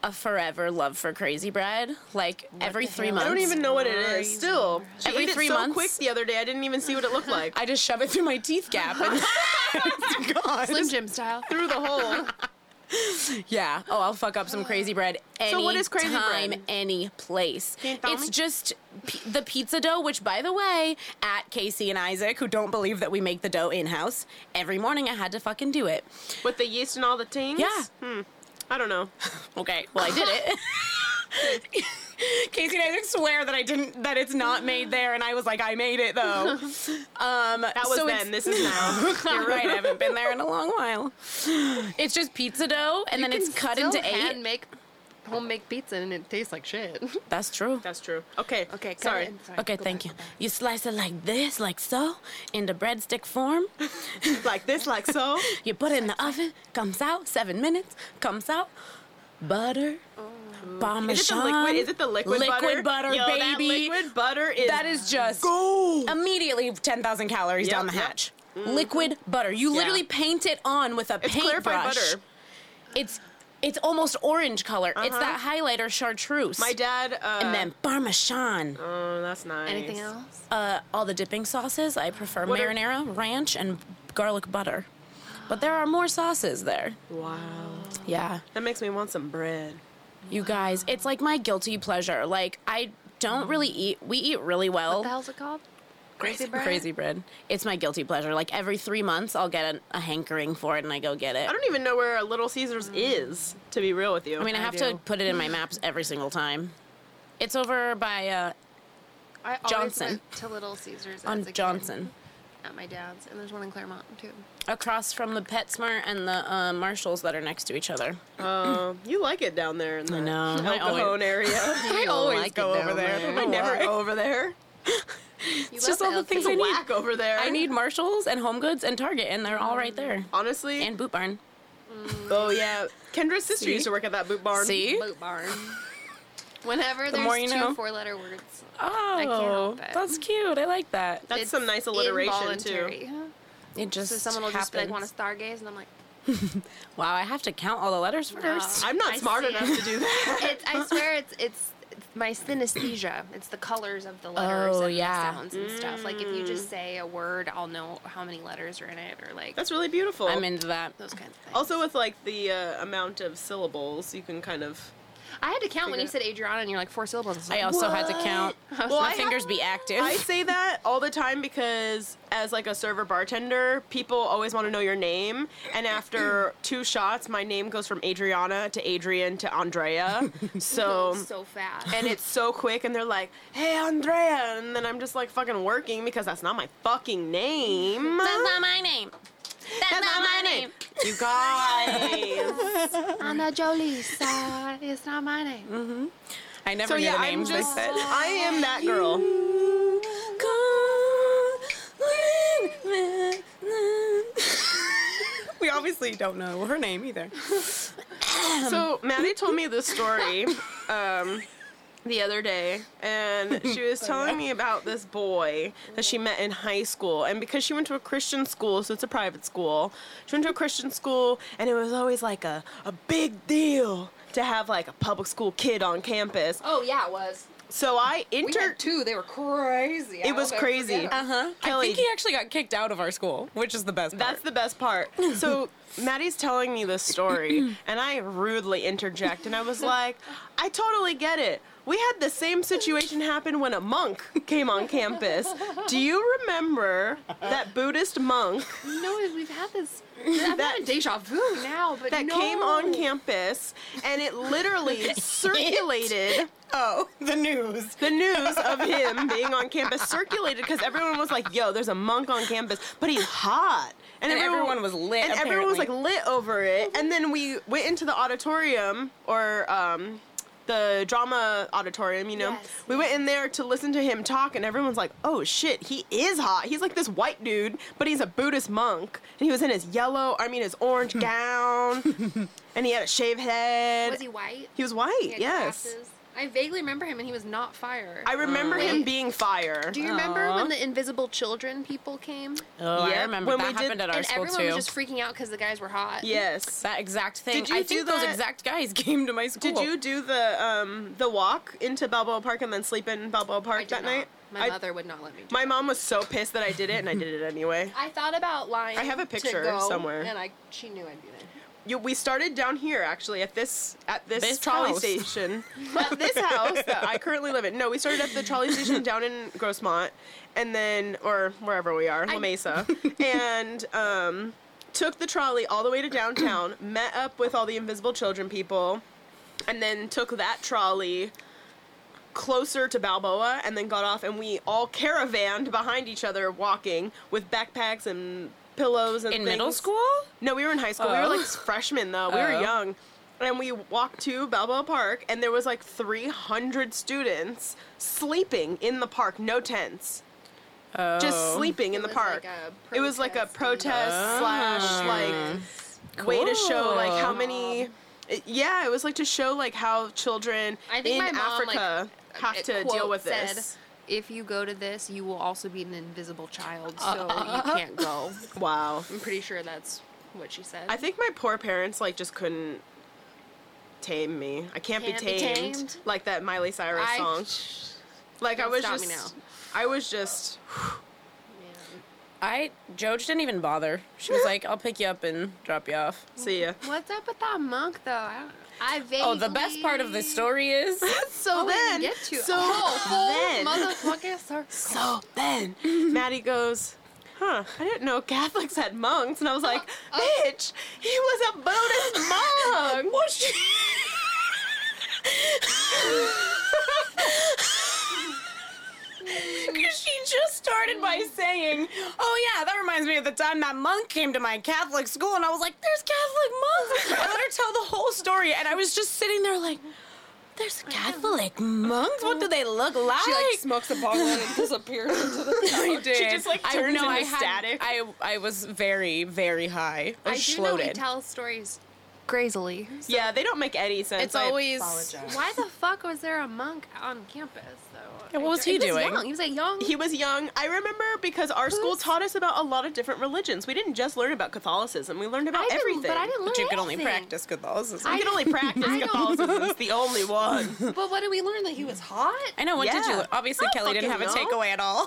a forever love for crazy bread. Like every three
hell?
months.
I don't even know what it is.
Crazy.
Still, she
Every
ate
three
it so
months?
quick the other day. I didn't even see what it looked like.
I just shove it through my teeth gap and it's gone.
Slim Jim style.
threw the hole.
Yeah. Oh, I'll fuck up some crazy bread any
So what is crazy
time,
bread?
any place.
Can you tell
it's
me?
just p- the pizza dough, which, by the way, at Casey and Isaac, who don't believe that we make the dough in house, every morning I had to fucking do it.
With the yeast and all the things?
Yeah.
Hmm. I don't know.
Okay. Well, I did it. Casey and Isaac swear that I didn't. That it's not made there, and I was like, I made it though. Um,
That was then. This is now.
You're right. I haven't been there in a long while. It's just pizza dough, and then it's cut
Still
into
hand
eight.
make home make pizza and it tastes like shit.
That's true.
That's true. Okay.
Okay, cut
Sorry.
it and- sorry,
Okay,
go
thank
back,
you.
go back.
You slice it like this, like so, into breadstick form.
Like this, like so.
You put it in the oven, comes out, seven minutes, comes out. Butter, parmesan.
Oh. Is it the liquid? Is it the liquid, butter?
Liquid butter,
Yo, That
baby.
liquid butter is.
that is just
gold.
immediately 10,000 calories
Yep,
down the
yep. Mm-hmm.
hatch. Liquid butter. You literally paint it on with a
It's clarified
paintbrush.
butter. Uh-huh.
It's it's almost orange color. It's that highlighter chartreuse.
My dad. Uh,
and then parmesan.
Oh, that's nice.
Anything else?
Uh, all the dipping sauces. I prefer
What are-
marinara, ranch, and garlic butter. But there are more sauces there.
Wow.
Yeah.
That makes me want some bread.
You guys, it's like my guilty pleasure. Like, I don't really eat, we eat really well.
What the hell's it called? Crazy bread.
Oh. Crazy bread. It's my guilty pleasure. Like, every three months, I'll get a, a hankering for it and I go get it.
I don't even know where a Little Caesars is, to be real with you.
I mean, I have to put it in my maps every single time. It's over by, uh,
I always
Johnson.
went to Little Caesars as a
on
kid
Johnson,
at my dad's, and there's one in Claremont too.
across from the PetSmart and the uh, Marshalls that are next to each other.
Uh, you like it down there in the
know. I
El
always-
Cajon area. I
You
always
like
go
it
over
down
there.
there.
I never go over there.
You
It's just all the things I
It's
need.
whack over there.
I need Marshalls and Home Goods and Target, and they're all right there.
honestly.
And Boot Barn.
oh yeah, Kendra's sister
See?
used to work at that boot barn.
See?
Boot barn. Whenever there's
more you
two
know.
four-letter words, can't
Oh,
help it.
that's cute. I like that.
that's some nice alliteration too.
involuntary.
It just
So someone will
happens.
just be like, "Want to stargaze?" and I'm like,
wow, I have to count all the letters first.
I'm not
I
smart
see
enough
it.
to do that.
it's, I swear it's it's it's my synesthesia. It's the colors of the letters
Oh,
and
yeah.
the sounds and stuff. Like if you just say a word, I'll know how many letters are in it, or like
Mm. That's really beautiful.
I'm into that.
those kinds of things.
also with like the uh, amount of syllables, you can kind of.
I had to count when you
figure-
said Adriana, and you're like four syllables. was
I
like,
also had to count.
Well,
My
I
fingers
have-
be active.
I say that all the time because as like a server bartender, people always want to know your name. And after two shots, my name goes from Adriana to Adrian to Andrea. So
so fast.
Um, and it's so quick and they're like, "Hey Andrea." And then I'm just like fucking working because that's not my fucking name.
That's not my name. That's, not my name.
You guys.
Anna Jolisa. It's not my name.
Mm.
I never
so
knew
yeah,
the
I'm
names they
just
said.
I am that girl.
we obviously don't know her name either.
So Maddie told me this story um, the other day, and she was telling me about this boy that she met in high school. And because she went to a Christian school, so it's a private school, she went to a Christian school, and it was always like a, a big deal to have like a public school kid on campus.
Oh yeah, it was.
So I
We
entered.
had two. They were crazy. I
It was
hope I
crazy.
forget 'em.
Uh-huh.
Kelly-
I think he actually got kicked out of our school, which is the best part.
That's the best part. So Maddie's telling me this story, and I rudely interject, and I was like, I totally get it. We had the same situation happen when a monk came on campus. Do you remember that Buddhist monk
No, we've had this. I've
That-
had a deja vu now, but
that
no.
came on campus and it literally circulated
oh, the news.
the news of him being on campus circulated because everyone was like, "Yo, there's a monk on campus, but he's hot."
And everyone was lit,
And everyone was like
apparently.
lit over it. And then we went into the auditorium or um, the drama auditorium, you know.
Yes.
We went in there to listen to him talk, and everyone's like, "Oh shit, he is hot. He's like this white dude, but he's a Buddhist monk, and he was in his yellow, I mean his orange gown, and he had a shaved head.
Was he white?
He was white.
He had
yes,
glasses. I vaguely remember him, and he was not fire.
I remember
Wait.
him being fire.
Do you remember
Aw.
when the invisible children people came?
Oh,
Yeah,
I remember
when
that
we did-
happened at our
and
school
everyone
too.
was just freaking out because the guys were hot.
yes.
that exact thing.
Did you
I
do
think those
that-
exact guys came to my school.
Did you do the um, the walk into Balboa Park and then sleep in Balboa Park
I did
that
not.
night?
My
I-
mother would not let me. Do
My mom was so pissed that I did it, and I did it anyway.
it. I thought about lying.
I have a
to
picture
go,
somewhere.
and I she knew I'd be there.
You, we started down here actually at this at this,
This
trolley
house.
station at this house that I currently live in. No, we started at the trolley station down in Grossmont, and then or wherever we are, La Mesa, and um, took the trolley all the way to downtown. met up with all the Invisible Children people, and then took that trolley closer to Balboa and then got off and we all caravanned behind each other walking with backpacks and pillows and
in middle
things.
school?
No, we were in high school. We
Oh.
were like freshmen though. We
Oh.
were young. And we walked to Balboa Park and there was like 300 students sleeping in the park, no tents.
Oh.
Just sleeping in
It
the
was
park.
like a
it was like a protest
Ah.
slash like way to show like how many it- yeah, it was like to show like how children
I think
in
my mom, like,
Africa have
uh,
to deal
quote
with
said,
this.
If you go to this, you will also be an invisible child, so you
Uh-huh.
can't go.
Wow.
I'm pretty sure that's what she said.
I think my poor parents like just couldn't tame me. I can't,
Can't
be,
be
tamed,
tamed.
Like that Miley Cyrus
I-
song. Like I
Don't
was
stop
just
me
I was just
I Joge didn't even bother. She was like, "I'll pick you up and drop you off."
see ya.
What's up with that monk though? I, don't, I vaguely.
Oh, the best part of the story is
So
Oh, we didn't
then
get to
so
oh,
then
full motherfucker circle.
so then Maddie goes Huh, I didn't know Catholics had monks. And I was
Uh,
like, bitch, he was a Buddhist monk.
what she. Because she just started by saying, "Oh yeah, that reminds me of the time that monk came to my Catholic school," and I was like, "There's Catholic monks." I let her tell the whole story, and I was just sitting there like, "There's Catholic monks. What do they look like?"
She like smokes a bong and it disappears into the
I did.
just, like,
I,
turns
no, I
into
had-
static.
I I was very very high. I,
I
was
do know we
schloated.
tell stories grazily.
yeah, they don't make any sense.
It's
I-
always
Why the fuck was there a monk on campus though?
Yeah, what was
I-
he doing?
young. He was a young.
He was young. I remember because our school taught us about a lot of different religions. We didn't just learn about Catholicism. We learned about
I didn't,
everything.
but I didn't learn
But you could only
anything.
practice Catholicism.
You
I,
can only practice
I don't-
Catholicism. It's the only one.
But what did we learn? That he was hot.
know. What did you?
Yeah.
Obviously,
I don't
Kelly didn't have
fucking
a
know.
takeaway at all.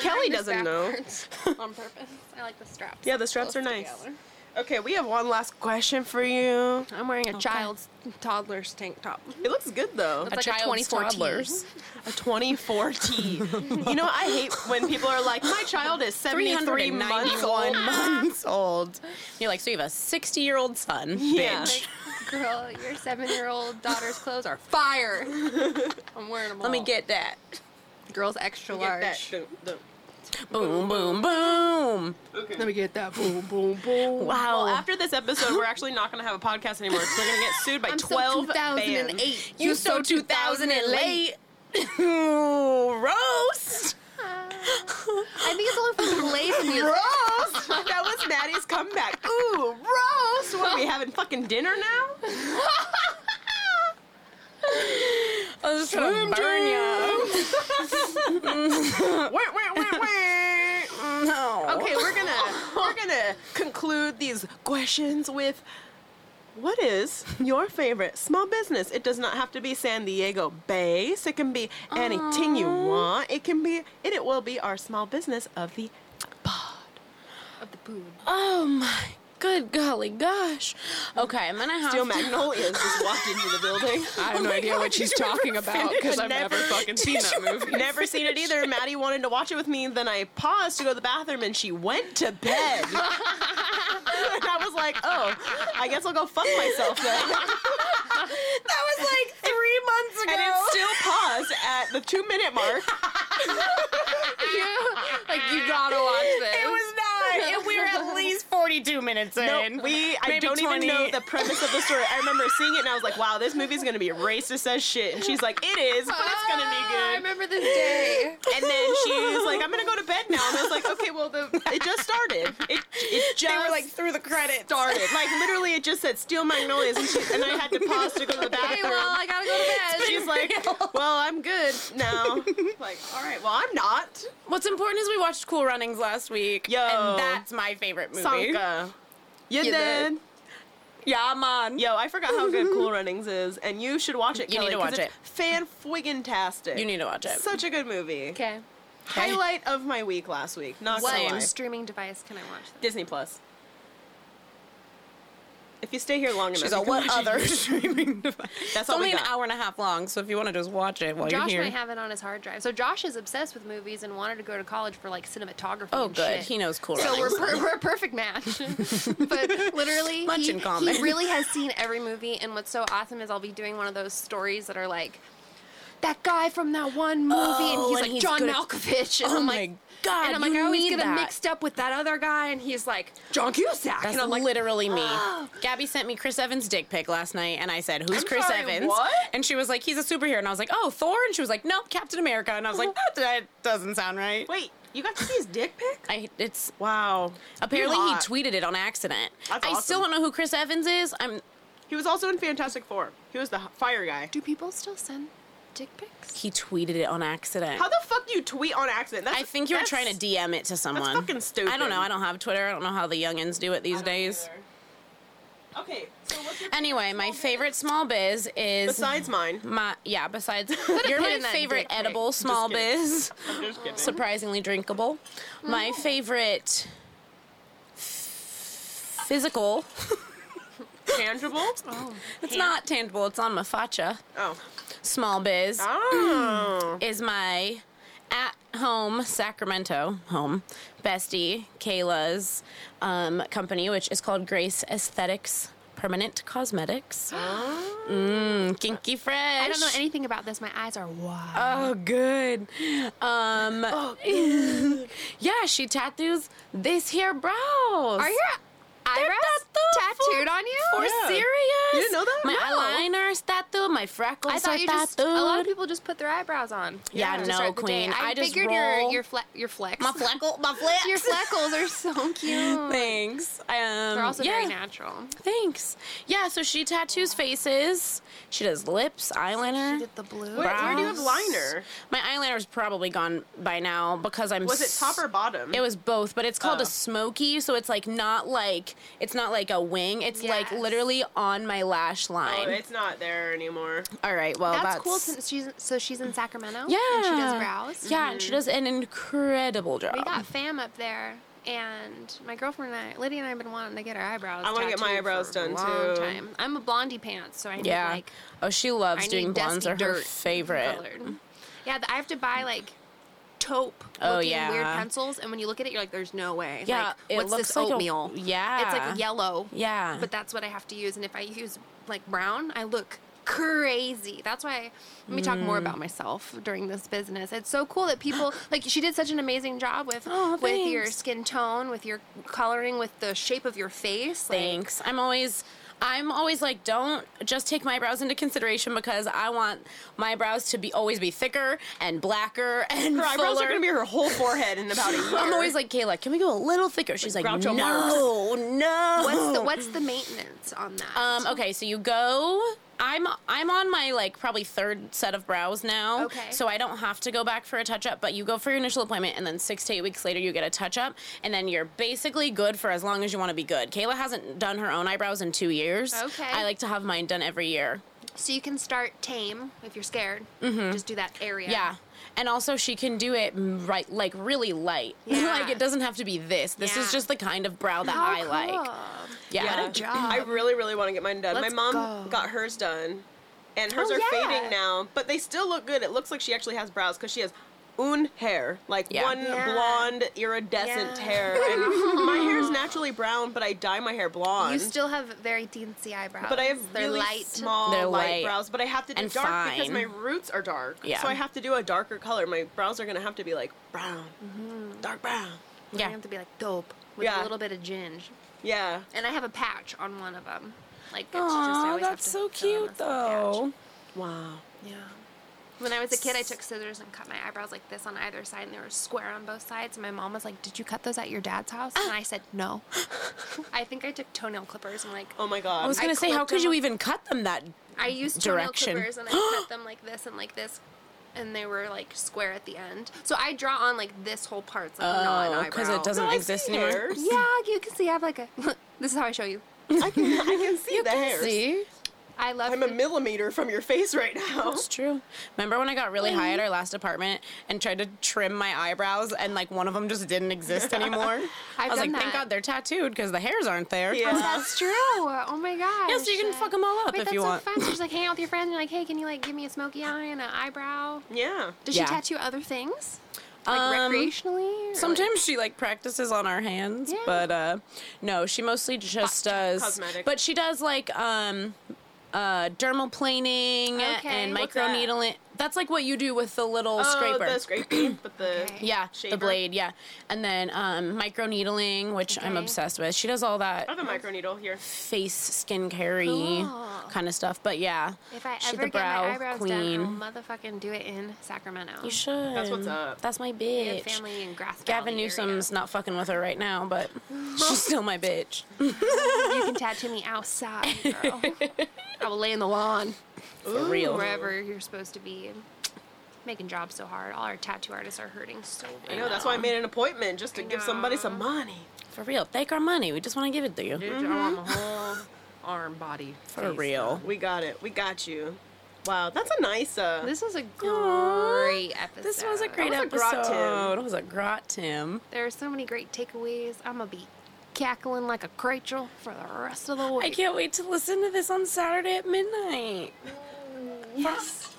Kelly
Mine was
doesn't know.
backwards on purpose. I like the straps.
Yeah, the straps
Close
are nice.
together.
Okay, we have one last question for you.
I'm wearing a child's toddler's tank top.
It looks good though.
It's like a 2014.
A 24T. you know, I hate when people are like, my child is 73 months old.
391 months old. You're like, so you have a 60 year old son,
Yeah.
bitch.
Girl, your seven-year-old daughter's clothes are fire. I'm wearing them.
Let me
all.
get that.
girls extra
Get
large.
that. Don't- don't.
Boom, boom, boom.
Let me get that boom, boom, boom.
Well,
Wow.
after this episode, we're actually not going to have a podcast anymore because we're going to get sued by
I'm
12
so 2008.
bands.
you so 2000 and late. Roast.
I think it's only from Blaze music.
roast. that was Maddie's comeback. Ooh, roast. What are we having fucking dinner now?
I was just trying to burn you.
Wait, wait, wait, wait.
No.
Okay, we're gonna we're gonna conclude these questions with what is your favorite small business? It does not have to be San Diego based. It can be anything you want. It can be and it will be our small business of the
Of the food.
Oh my good golly gosh. Okay, I'm gonna have
Steel
to. Oh
Magnolias just walked into the building.
I have no idea what she's talking about because I've never, fucking seen that movie.
Never seen it either. Maddie wanted to watch it with me. Then I paused to go to the bathroom and she went to bed. and I was like, oh, I guess I'll go fuck myself then.
That was like three months ago.
And it still paused at the two minute mark.
like you gotta watch this.
It was not. It- we were at least 40 32 minutes in.
No, we. I
maybe
don't
20.
even know the premise of the story. I remember seeing it and I was like, "Wow, this movie's gonna be racist as shit." And she's like, "It is, but it's gonna
Ah, I
be good."
remember this day.
And then she's like, "I'm gonna go to bed now." And I was like, "Okay, well, the it just started. It it just
They were like through the credits.
started. Like literally, it just said steel magnolias," and, she, and I had to pause to go to the
hey,
bathroom.
well, I gotta go to bed.
She's like, well, I'm good now. like, all right, well, I'm not.
What's important is we watched Cool Runnings last week.
Yo.
And that's my favorite movie.
Sanka. You
You
did.
did. Yeah, man.
Yo, I forgot how good Cool Runnings is, and you should watch it.
You
Kelly,
need to
'cause
watch
it's Fan friggin' tastic.
You need to watch it.
Such a good movie.
okay.
Highlight of my week last week. Not
What
gonna lie.
streaming device can I watch this?
Disney Plus. If you stay here long enough,
She's
you
a
can
what
watch it.
other streaming device?
That's
It's
all we
only an
got.
hour and a half long, so if you want to just watch it while
Josh
you're here.
might have it on his hard drive. So Josh is obsessed with movies and wanted to go to college for like cinematography.
oh,
and
good.
shit.
He knows Cool
So
Runnings.
we're, per- we're a perfect match. but literally,
Much
he,
in common.
he really has seen every movie. And what's so awesome is I'll be doing one of those stories that are like, that guy from that one movie, and
Oh,
he's
and
like
he's
John
good at-
Malkovich. And
Oh
I'm
my
like,
God,
And I'm like,
you
I always
need
get him
that.
mixed up with that other guy, and he's like John Cusack.
That's
and I'm like,
literally me. Gabby sent me Chris Evans' dick pic last night, and I said, "Who's
I'm
Chris
sorry,
Evans?"
what?
And she was like, "He's a superhero." And I was like, "Oh, Thor." And she was like, "Nope, Captain America." And I was like, "That, that doesn't sound right."
Wait, you got to see his dick pic?
I, it's
Wow.
apparently he
hot.
tweeted it on accident.
That's
I still
awesome.
don't know who Chris Evans is. I'm
He was also in Fantastic Four. He was the h- fire guy.
Do people still send dick pics?
he tweeted it on accident.
How the fuck do you tweet on accident? That's,
I think you were
that's-
trying to DM it to someone.
fucking stupid.
I don't know. I don't have Twitter. I don't know how the youngins do it these days.
Okay, so what's your
Anyway, my favorite small biz is
besides mine?
my yeah. Besides,
a
you're
pin
my
in that
favorite
dick pic.
edible small
kidding.
biz.
I'm just kidding.
surprisingly drinkable. My
Mm.
favorite f- physical.
tangible.
It's not tangible. It's on my facha.
Oh.
Small biz
Ah.
Oh.
is my at home Sacramento home bestie Kayla's um, company, which is called Grace Aesthetics Permanent Cosmetics. Mm, kinky fresh.
Oh. I don't know anything about this. My eyes are wide.
Oh, good. Um,
Oh,
yeah, she tattoos this here brows.
are your eyebrows
tattoo
tattooed on you?
For
Yeah.
serious?
You didn't know that?
My
No.
eyeliner's tattooed. My freckles
I thought
are
you
tattooed.
just. A lot of people just put their eyebrows on.
Yeah,
to
no,
start the day.
queen.
I,
I just
figured
roll-
your your fle- your flex.
my fleckle, my flex.
your fleckles are so cute.
Thanks. Um,
They're also
yeah.
very natural.
Thanks. Yeah, so she tattoos faces. She does lips, eyeliner.
Did the blue?
Wait, where do you have
Brows.
liner?
My eyeliner's probably gone by now because I'm.
Was it top
s-
or bottom?
Mm. It was both, but it's called
Oh.
a smoky, so it's like not like it's not like a wing. It's like
Yes.
literally on my lash
Oh,
line.
it's not there anymore.
All right, well
that's, cool. Since she's so she's in Sacramento.
yeah,
and she does brows.
Yeah, and she does an incredible job.
we got fam up there, and my girlfriend and I, Lydia and I, have been wanting to get our eyebrows.
I wanna get my
tattooed
eyebrows
for a
done,
long
too.
Time. I'm a blondie pants, so I need
yeah.
like
oh, she
I
loves
need
doing blondes.
dusty
Are her
dirt
favorite.
colored. Yeah, th- I have to buy like taupe
Oh,
looking weird
yeah.
pencils, and when you look at it, you're like, "There's no way."
Yeah,
like,
it
what's
looks
this
like a-
oatmeal?
yeah.
it's like yellow.
Yeah.
but that's what I have to use, and if I use like brown, I look crazy. That's why. Let me talk more
Mm.
about myself during this business. It's so cool that people like she did such an amazing job with
Oh,
with your
thanks.
skin tone, with your coloring, with the shape of your face. like-
Thanks. I'm always I'm always like don't just take my brows into consideration because I want my brows to be always be thicker and blacker and
Her eyebrows
fuller.
are gonna be her whole forehead in about a year.
I'm always like Kayla, can we go a little thicker? She's like,
Groucho
no, no.
What's the what's the maintenance on that?
Um, okay, so you go. I'm I'm on my like probably third set of brows now.
Okay.
So I don't have to go back for a touch up, but you go for your initial appointment and then six to eight weeks later you get a touch up and then you're basically good for as long as you want to be good. Kayla hasn't done her own eyebrows in two years.
Okay.
I like to have mine done every year.
So you can start tame if you're scared. Just do that area.
Mm-hmm. Yeah. And also she can do it m- right like really light.
Yeah.
like it doesn't have to be this. This
Yeah.
is just the kind of brow that
How
I like.
cool.
Yeah.
Yeah. I really, really want to get mine done.
Let's
my mom
go.
got hers done, and hers
Oh,
are
yeah.
fading now, but they still look good. It looks like she actually has brows because she has un hair, like
Yeah.
one
Yeah.
blonde iridescent
Yeah.
hair. And my hair is naturally brown, but I dye my hair blonde.
You still have very teensy eyebrows.
But I have
They're
really
light.
small
They're
light,
light.
brows. But I have to do
And
dark because
fine.
my roots are dark.
Yeah.
So I have to do a darker color. My brows are gonna have to be like brown, dark brown.
Mm-hmm.
You
Yeah.
have to be like dope with
Yeah.
a little bit of ginge.
Yeah.
And I have a patch on one of them. Like, it's just, I
Oh,
always have
that's
to
so
fill in
cute
this little patch.
though.
Wow.
Yeah. When I was a kid, I took scissors and cut my eyebrows like this on either side, and they were square on both sides. And my mom was like, "Did you cut those at your dad's house?" And I said, "No." I think I took toenail clippers and like
Oh my
I
god.
was gonna say, how
clipped
could
them
you
up.
even cut them that?
I used
Direction.
toenail clippers and I cut them like this and like this, and they were like square at the end. So I draw on like this whole part's like not an
Oh,
eyebrow.
because it doesn't
No, I've
exist
seen
anymore.
yours.
Yeah, you can see I have like a. this is how I show you.
I can, I can see the hairs.
See,
I love.
I'm a
to-
millimeter from your face right now.
it's true. Remember when I got really high at our last apartment and tried to trim my eyebrows, and like one of them just didn't exist anymore. I
done
was like,
that.
thank God they're tattooed because the hairs aren't there.
Yeah.
That's true. Oh my gosh.
Yeah, so you can fuck 'em all up
Wait,
if you want.
That's so fun. So you just like hang out with your friends. And you're like, hey, can you like give me a smoky eye and an eyebrow?
Yeah.
Does
Yeah.
she tattoo other things? Like
Um,
recreationally? or,
Sometimes she like practices on our hands,
Yeah.
but uh no, she mostly just does
Cosmetic.
But she does like um uh dermal planing
Okay.
and
What's
that?
microneedling. That's like what you do with the little
Oh,
scraper.
the scraping, but the
Okay.
yeah,
shaver.
the blade, yeah. And then um microneedling, which I'm
Okay.
obsessed with. She does all that
I have a microneedle here.
face skincare
Cool.
kind of stuff. But yeah.
Like, if I
she
ever
the
get
brow
my eyebrows
queen.
done, I'll motherfucking do it in Sacramento.
You should.
That's what's up.
That's my
We have
bitch.
family in Grass
Gavin
Valley area.
Newsom's not fucking with her right now, but she's still my bitch.
You can tattoo me outside, girl. I will lay in the lawn.
For real.
Wherever you're supposed to be. Making jobs so hard. All our tattoo artists are hurting so
I
bad.
know. That's why I made an appointment just to
I
give somebody
know.
some money.
For real. Take our money. We just want to give it to you.
Dude, I want my whole arm, body.
Mm-hmm. For real.
We got it. We got you. Wow, that's a nice. Uh,
This was a great episode.
This was a great
That was a grot,
episode.
Tim.
It was a grot, Tim.
There are so many great takeaways. I'm gonna be cackling like a crachel for the rest of the week.
I can't wait to listen to this on Saturday at midnight.
yes.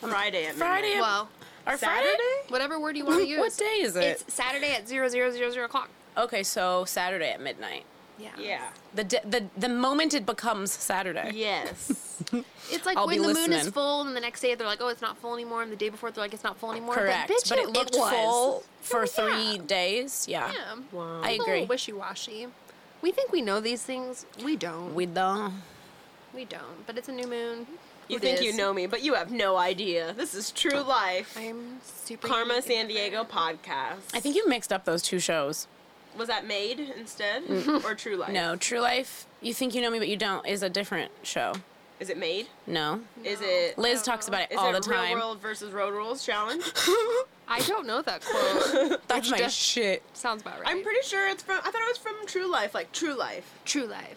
Friday at
Friday
midnight.
at-
Well,
Or
Saturday.
whatever word you want to
Friday?
use.
What day is it?
It's Saturday at zero zero zero zero o'clock.
okay, so Saturday at midnight.
Yeah.
Yeah.
The, d- the the moment it becomes Saturday.
Yes.
It's like
I'll
when
be
the moon is
listening.
full, and the next day they're like, "Oh, it's not full anymore," and the day before they're like, "It's not full anymore." It's like,
Correct.
"Bitch,
but
no,
it looked
was."
full for
Hell yeah.
three days. Yeah.
Yeah.
Wow.
I
A little
agree.
Wishy-washy. We think we know these things. We don't. We,
We don't.
don't. But it's a new moon.
you
It
think you
is.
know me, but you have no idea. This is
Oh,
true life.
I'm super.
Karma San Diego podcast.
I think you mixed up those two shows.
was that made instead or True Life?
No, True Life, You Think You Know Me But You Don't is a different show.
Is it made?
No.
Is it? Is
Liz talks about it all
it
the time.
Real World versus Road Rules challenge?
I don't know that quote.
That's my
def-
shit.
Sounds about right.
I'm pretty sure it's from. I thought it was from True Life, like True Life.
True life.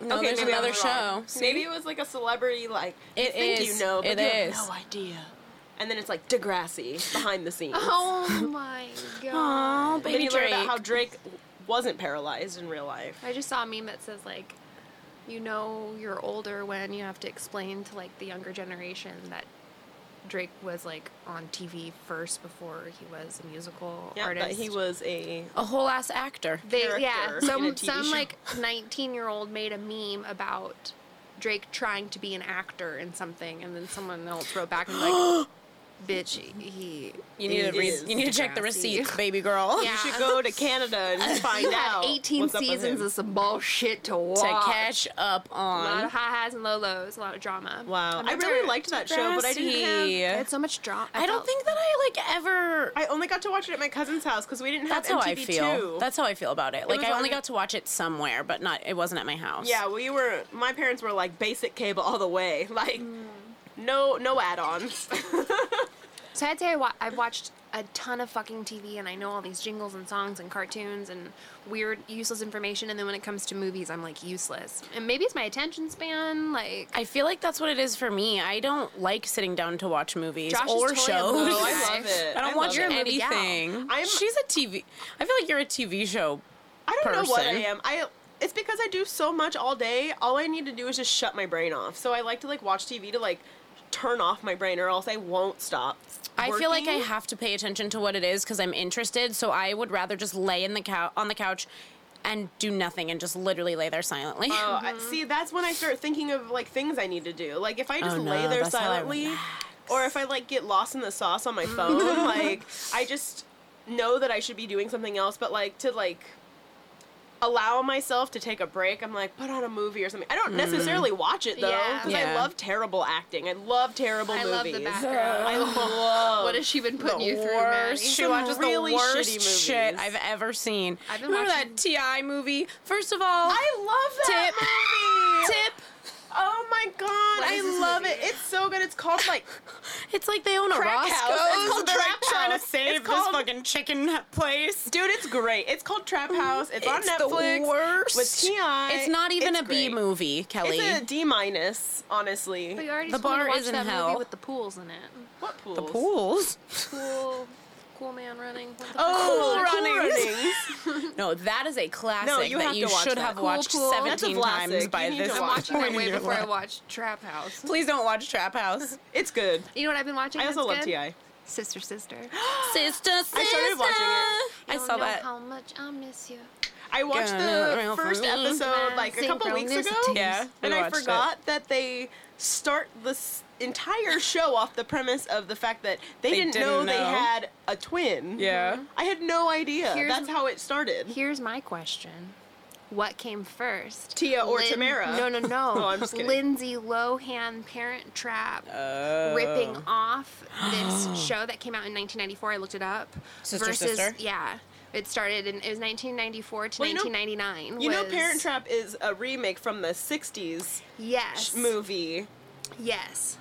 No, there's
maybe I'm
another
wrong.
show.
Maybe it was like a celebrity, like you
It
think
is.
you know, but
It
you
is.
have no idea. And then it's like Degrassi behind the scenes.
Oh my god.
Oh,
then
baby
you learn
Drake.
about how Drake wasn't paralyzed in real life.
I just saw a meme that says like, you know, you're older when you have to explain to like the younger generation that Drake was like on TV first before he was a musical
Yeah,
artist.
but he was a.
a whole ass actor.
They,
character
yeah,
in a
some
TV
some
show.
like 19 year old made a meme about Drake trying to be an actor in something, and then someone else wrote back and was like, bitch, he.
You need
It
to read.
is
You need to check the
Degrassi.
receipts, baby girl.
Yeah.
You should go to Canada and find
You had
out.
18
what's up with
seasons
him.
of some bullshit to watch.
To catch up
A lot
on.
of high highs and low lows, a lot of drama.
Wow, I
that's
really
our
liked that show, but I didn't.
Degrassi.
Have,
I had so much drama.
I don't think that I like ever.
I only got to watch it at my cousin's house because we didn't have
that's how I
MTV2.
feel. That's how I feel about it. Like
was
I only
on-
got to watch it somewhere, but not. It wasn't at my house.
Yeah, we were. My parents were like basic cable all the way, like
Hmm.
no no add-ons.
So I'd say I wa- I've watched a ton of fucking TV, and I know all these jingles and songs and cartoons and weird, useless information. And then when it comes to movies, I'm like useless. And maybe it's my attention span. Like
I feel like that's what it is for me. I don't like sitting down to watch movies
Josh is
or
totally a
shows.
movie
Oh,
guy.
I love it.
I don't
love
watch
You're
it.
a movie gal.
anything.
I'm-
She's a TV. I feel like you're a TV show.
I don't know what I
person.
am. I it's because I do so much all day. All I need to do is just shut my brain off. So I like to like watch TV to like turn off my brain, or else I won't stop.
I feel like I
working.
have to pay attention to what it is because I'm interested. So I would rather just lay in the cou- on the couch and do nothing and just literally lay there silently.
Oh,
Mm-hmm.
I- see, that's when I start thinking of like things I need to do. Like if I just
Oh, no,
lay there
that's how I
silently,
relax.
or if I like get lost in the sauce on my phone, like I just know that I should be doing something else, but like to like allow myself to take a break. I'm like, put on a movie or something. I don't necessarily watch it though,
Mm-hmm. Yeah.
because I
Yeah.
love terrible acting. I love terrible
I
movies.
love the background.
I love.
What has she been putting
the
you through, Maddie?
worst. She
Some
watches
really
the worst
shitty movies.
shit I've ever seen.
I've been
Remember
watching-
that Ti movie? First of all,
I love that
Tip.
movie.
tip.
Oh my god,
What
I
is this
love
movie?
it. It's so good. It's called like
It's like they own a
Crack
Roscoe's.
house. It's called
and they're,
Trap House. It's called-
fucking chicken place.
Dude, it's great. It's called Trap House. It's, on
Mm, It's the
Netflix.
worst.
With T.I.
It's not even
It's
a B
great.
movie, Kelly.
It's a D minus, honestly.
But you already
The
told me
bar
to watch
is in
that
hell.
movie with the pools in it.
What pools?
the pools.
Cool, cool man running. What the
Oh,
Cool
Cool
Runnings.
Runnings.
No, that is a classic
No, you have
that you
to watch
should
that.
have
Cool
watched
Pool. That's a
17
classic.
times
You
by
need
this
to
fuck? I'm
watch
point.
watching that
in
way
your
before I
life.
watch Trap House.
Please don't watch Trap House.
It's good.
You know what I've been watching?
I also
that's
love
good?
T.I.
Sister, sister.
sister, sister.
started watching it.
I
Don't
saw
know
that.
How much I miss you.
I watched
Gonna
the
roll
first
for me.
episode like a couple weeks ago.
Synchronicities.
Yeah, we
And I
watched it.
forgot that they start this entire show off the premise of the fact that they,
They
didn't,
didn't
know, they
know.
had a twin.
Yeah.
I had no idea.
Here's-
That's how it started.
Here's my question. What came first?
Tia or Tamara?
No, no, no.
Oh, I'm just kidding.
Lindsay Lohan Parent Trap
Oh.
ripping off this show that came out in 1994. I looked it up.
Sister,
versus,
Sister?
Yeah. It started in, it was 1994 to
Well, you know-
1999.
You know,
was-
Parent Trap is a remake from the '60s
Yes.
movie
Yes.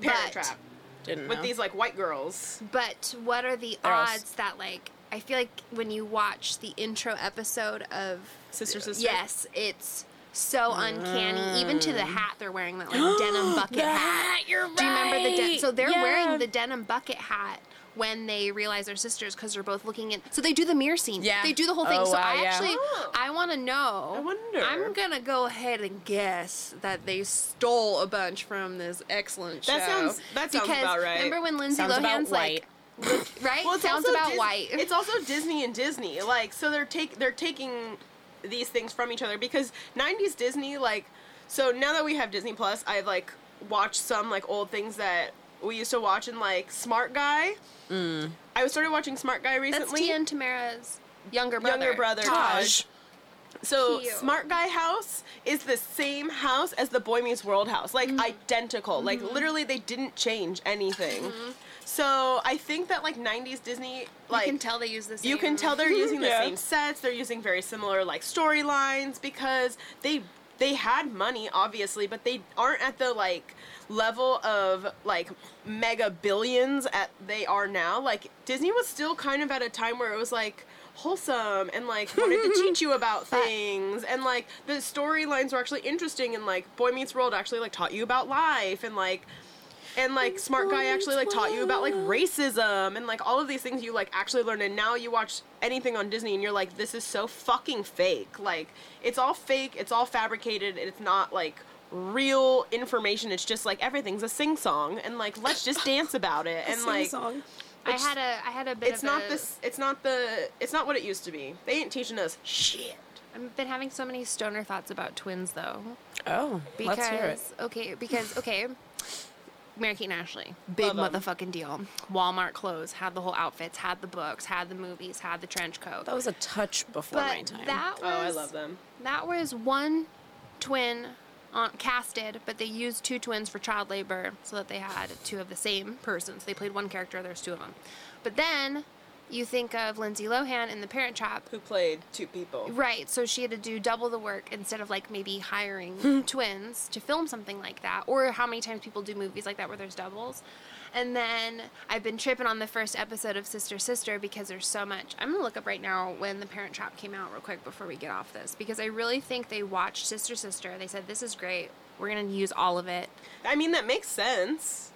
Parent
But-
Trap
Didn't
with
know.
these like white girls.
But what are the
They're all s-
odds that like I feel like when you watch the intro episode of
Sister, sister.
Yes, it's so uncanny. Even to the hat they're wearing that like denim bucket hat.
You're right.
Do you remember the de- so they're
Yeah.
wearing the denim bucket hat when they realize they're sisters because they're both looking in. So they do the mirror scene.
Yeah.
they do the whole thing.
Oh,
so
wow,
I
yeah.
actually
Oh.
I want to know.
I wonder.
I'm gonna go ahead and guess that they stole a bunch from this excellent show.
That sounds- that sounds
because
about right.
Remember when Lindsay
Sounds about
Lohan's like.
white.
Look, right?
Well, it's
sounds
also
about
Dis-
white.
It's also Disney and Disney. Like, so they're take they're taking these things from each other because '90s Disney. Like, so now that we have Disney Plus, I've like watched some like old things that we used to watch in like Smart Guy. I was started watching Smart Guy
Mm. That's
recently.
Tia and Tamara's younger brother.
Younger brother Taj.
Taj.
So
Cute.
Smart Guy House is the same house as the Boy Meets World house, like identical. Like literally, they didn't change anything. So I think that like '90s Disney, like
you can tell they use this.
you can tell they're using the
Yeah.
same sets. They're using very similar like storylines because they they had money obviously, but they aren't at the like level of like mega billions at they are now. Like Disney was still kind of at a time where it was like wholesome and like wanted to teach you about things and like the storylines were actually interesting and like Boy Meets World actually like taught you about life and like and like smart guy actually like taught you about like racism and like all of these things you like actually learned and now you watch anything on disney and you're like this is so fucking fake like it's all fake it's all fabricated and it's not like real information it's just like everything's a sing song and like let's just dance about it and like
I had a I had a bit.
it's
of
not
a,
this it's not the it's not what it used to be they ain't teaching us shit
I've been having so many stoner thoughts about twins though.
Oh,
Because
let's hear it.
okay, because okay. Mary Kate and Ashley, big
Love 'em.
motherfucking deal. Walmart clothes had the whole outfits, had the books, had the movies, had the trench coat.
That was a touch before my
but
time.
that was
oh i love them
That was one twin on, casted, but they used two twins for child labor so that they had two of the same person. So they played one character, there's two of them. But then you think of Lindsay Lohan in The Parent Trap.
who played two people
Right, so she had to do double the work instead of like maybe
Hmm.
hiring twins to film something like that, or how many times people do movies like that where there's doubles. And then I've been tripping on the first episode of Sister Sister because there's so much. I'm gonna look up right now when The Parent Trap came out, real quick, before we get off this, because I really think they watched Sister Sister. They said, This is great, we're gonna use all of it.
i mean that makes sense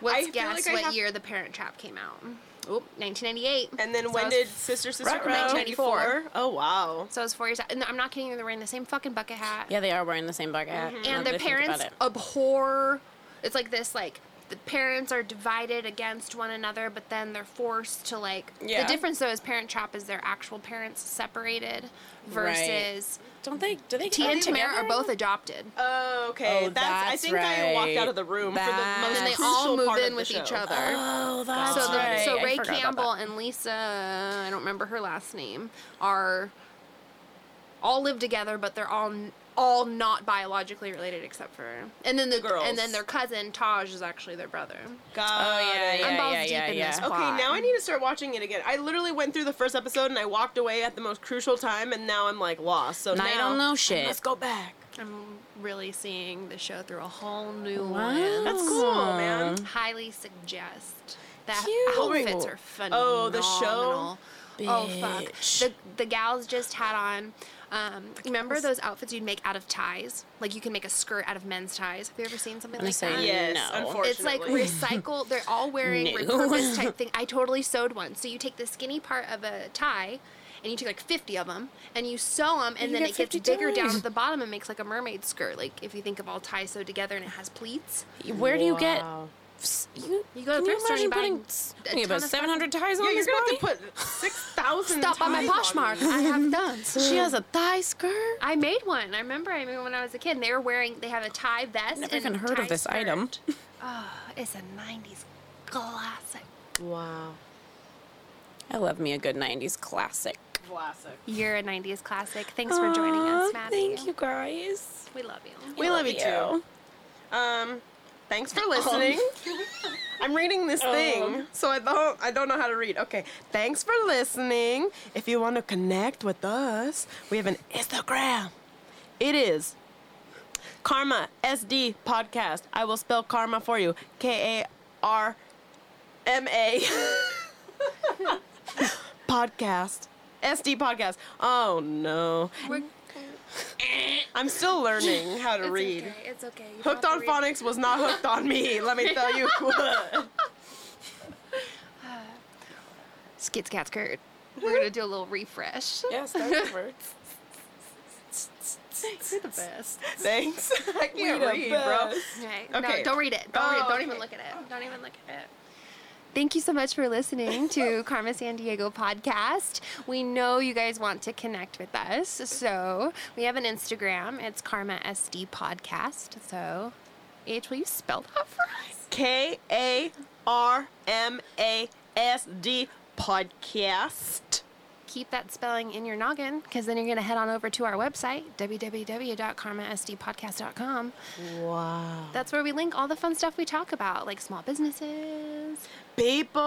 I
Let's
feel
guess
like I
what
have-
year The Parent Trap came out. Oop, 1998.
and then
So I
when
was
did sister sister
Ruh-roh.
come out
1994.
94? oh wow
So I was four years out. And I'm not kidding you, they're wearing the same fucking bucket hat.
yeah, they are wearing the same bucket. hat, now
and
that
their
I Mm-hmm. think about
parents
it.
abhor it's like this like the parents are divided against one another but then they're forced to like
Yeah.
the difference though is parent trap is their actual parents separated versus
Don't they? Do they?
T
are
and
they
Tamara
together
are both
anymore?
adopted
Oh, okay.
Oh,
that's, I
that's
think I walked
right.
out of the room
That's-
for the most
and they
crucial
all move
part of
in
the
with
show.
each other
Oh, that's
so, the-
right.
so
I
Ray
forgot about that.
Campbell and Lisa, I don't remember her last name, are all live together, but they're all all not biologically related except for and then the
Girls.
and then their cousin Taj is actually their brother.
God.
Oh, yeah, yeah,
I'm balls
yeah,
deep
yeah,
in
yeah.
this.
Okay.
Okay, now I need to start watching it again. I literally went through the first episode and I walked away at the most crucial time, and now I'm like lost. So
And I
now
don't know shit.
Let's go back.
I'm really seeing the show through a whole new
Wow.
lens.
That's cool, man.
Highly suggest that
Cute.
outfits are phenomenal.
Oh, the show?
Oh fuck!
Bitch.
The the gals just had on. Um, remember those outfits you'd make out of ties? Like you can make a skirt out of men's ties. Have you ever seen something
I'm
like
saying
that?
Yes,
no.
unfortunately.
It's like recycled. They're all wearing
No.
repurposed type thing. I totally sewed one. So you take the skinny part of a tie, and you take like 50 of them, and you sew them, and
You
then
got
it gets
50
bigger down
ties.
at the bottom and makes like a mermaid skirt. Like if you think of all ties sewed together and it has pleats.
Where do you get?
Wow.
You,
You go to
can
thrift store and
you
you buy
imagine
a
putting
ton
about
of
seven hundred ties on
Yeah, you're
this
gonna
body?
have to put six thousand.
Stop by my Poshmark. I have done.
she has a thigh skirt.
I made one. I remember I made one when I was a kid. And they were wearing. They have a tie vest.
Never
and
even heard
tie
of this
skirt.
item.
Oh, it's a '90s classic.
Wow.
I love me a good '90s classic.
Classic.
You're a '90s classic. Thanks for joining us,
Aw,
Maddie.
Thank you guys.
We love you.
We love you too. Um, thanks for listening. I'm reading this
Um,
thing, so I don't I don't know how to read. Okay, thanks for listening. If you want to connect with us, we have an Instagram. It is Karma SD Podcast. I will spell karma for you. K A R M A Podcast. SD Podcast. Oh no.
We're,
I'm still learning how to
it's
read.
okay. It's okay. You don't
Hooked
have
on
to read.
phonics was not hooked on me. Let me tell you what.
Skits, cats, Kurt. We're gonna do a little refresh.
Yes, that's words.
You're the best.
Thanks. I can't
the
read, bro.
Okay.
Okay.
No, don't read it. Don't,
Oh,
read it. don't
okay.
even look at it. Don't even look at it. Thank you so much for listening to Karma San Diego podcast. We know you guys want to connect with us, so we have an Instagram. It's Karma SD Podcast. So, H, will you spell that for us?
K A R M A S D podcast.
Keep that spelling in your noggin, because then you're going to head on over to our website www.karmasdpodcast.com.
Wow.
That's where we link all the fun stuff we talk about, like small businesses,
People.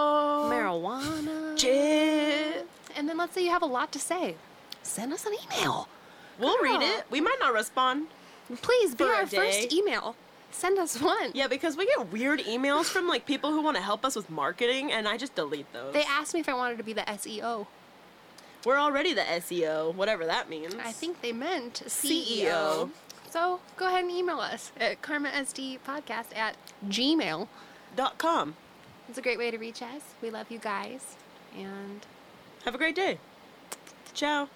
marijuana.
Shit.
And then let's say you have a lot to say. Send us an email.
We'll read it. We might not respond.
Please be
For a
our
day.
first email. Send us one.
Yeah, because we get weird emails from like people who want to help us with marketing, and I just delete those.
They asked me if I wanted to be the E SEO.
We're already the SEO, whatever that means.
I think they meant CEO.
CEO.
So go ahead and email us at karmasdpodcast at gmail.
Dot com.
It's a great way to reach us. We love you guys. And
Have a great day. Ciao.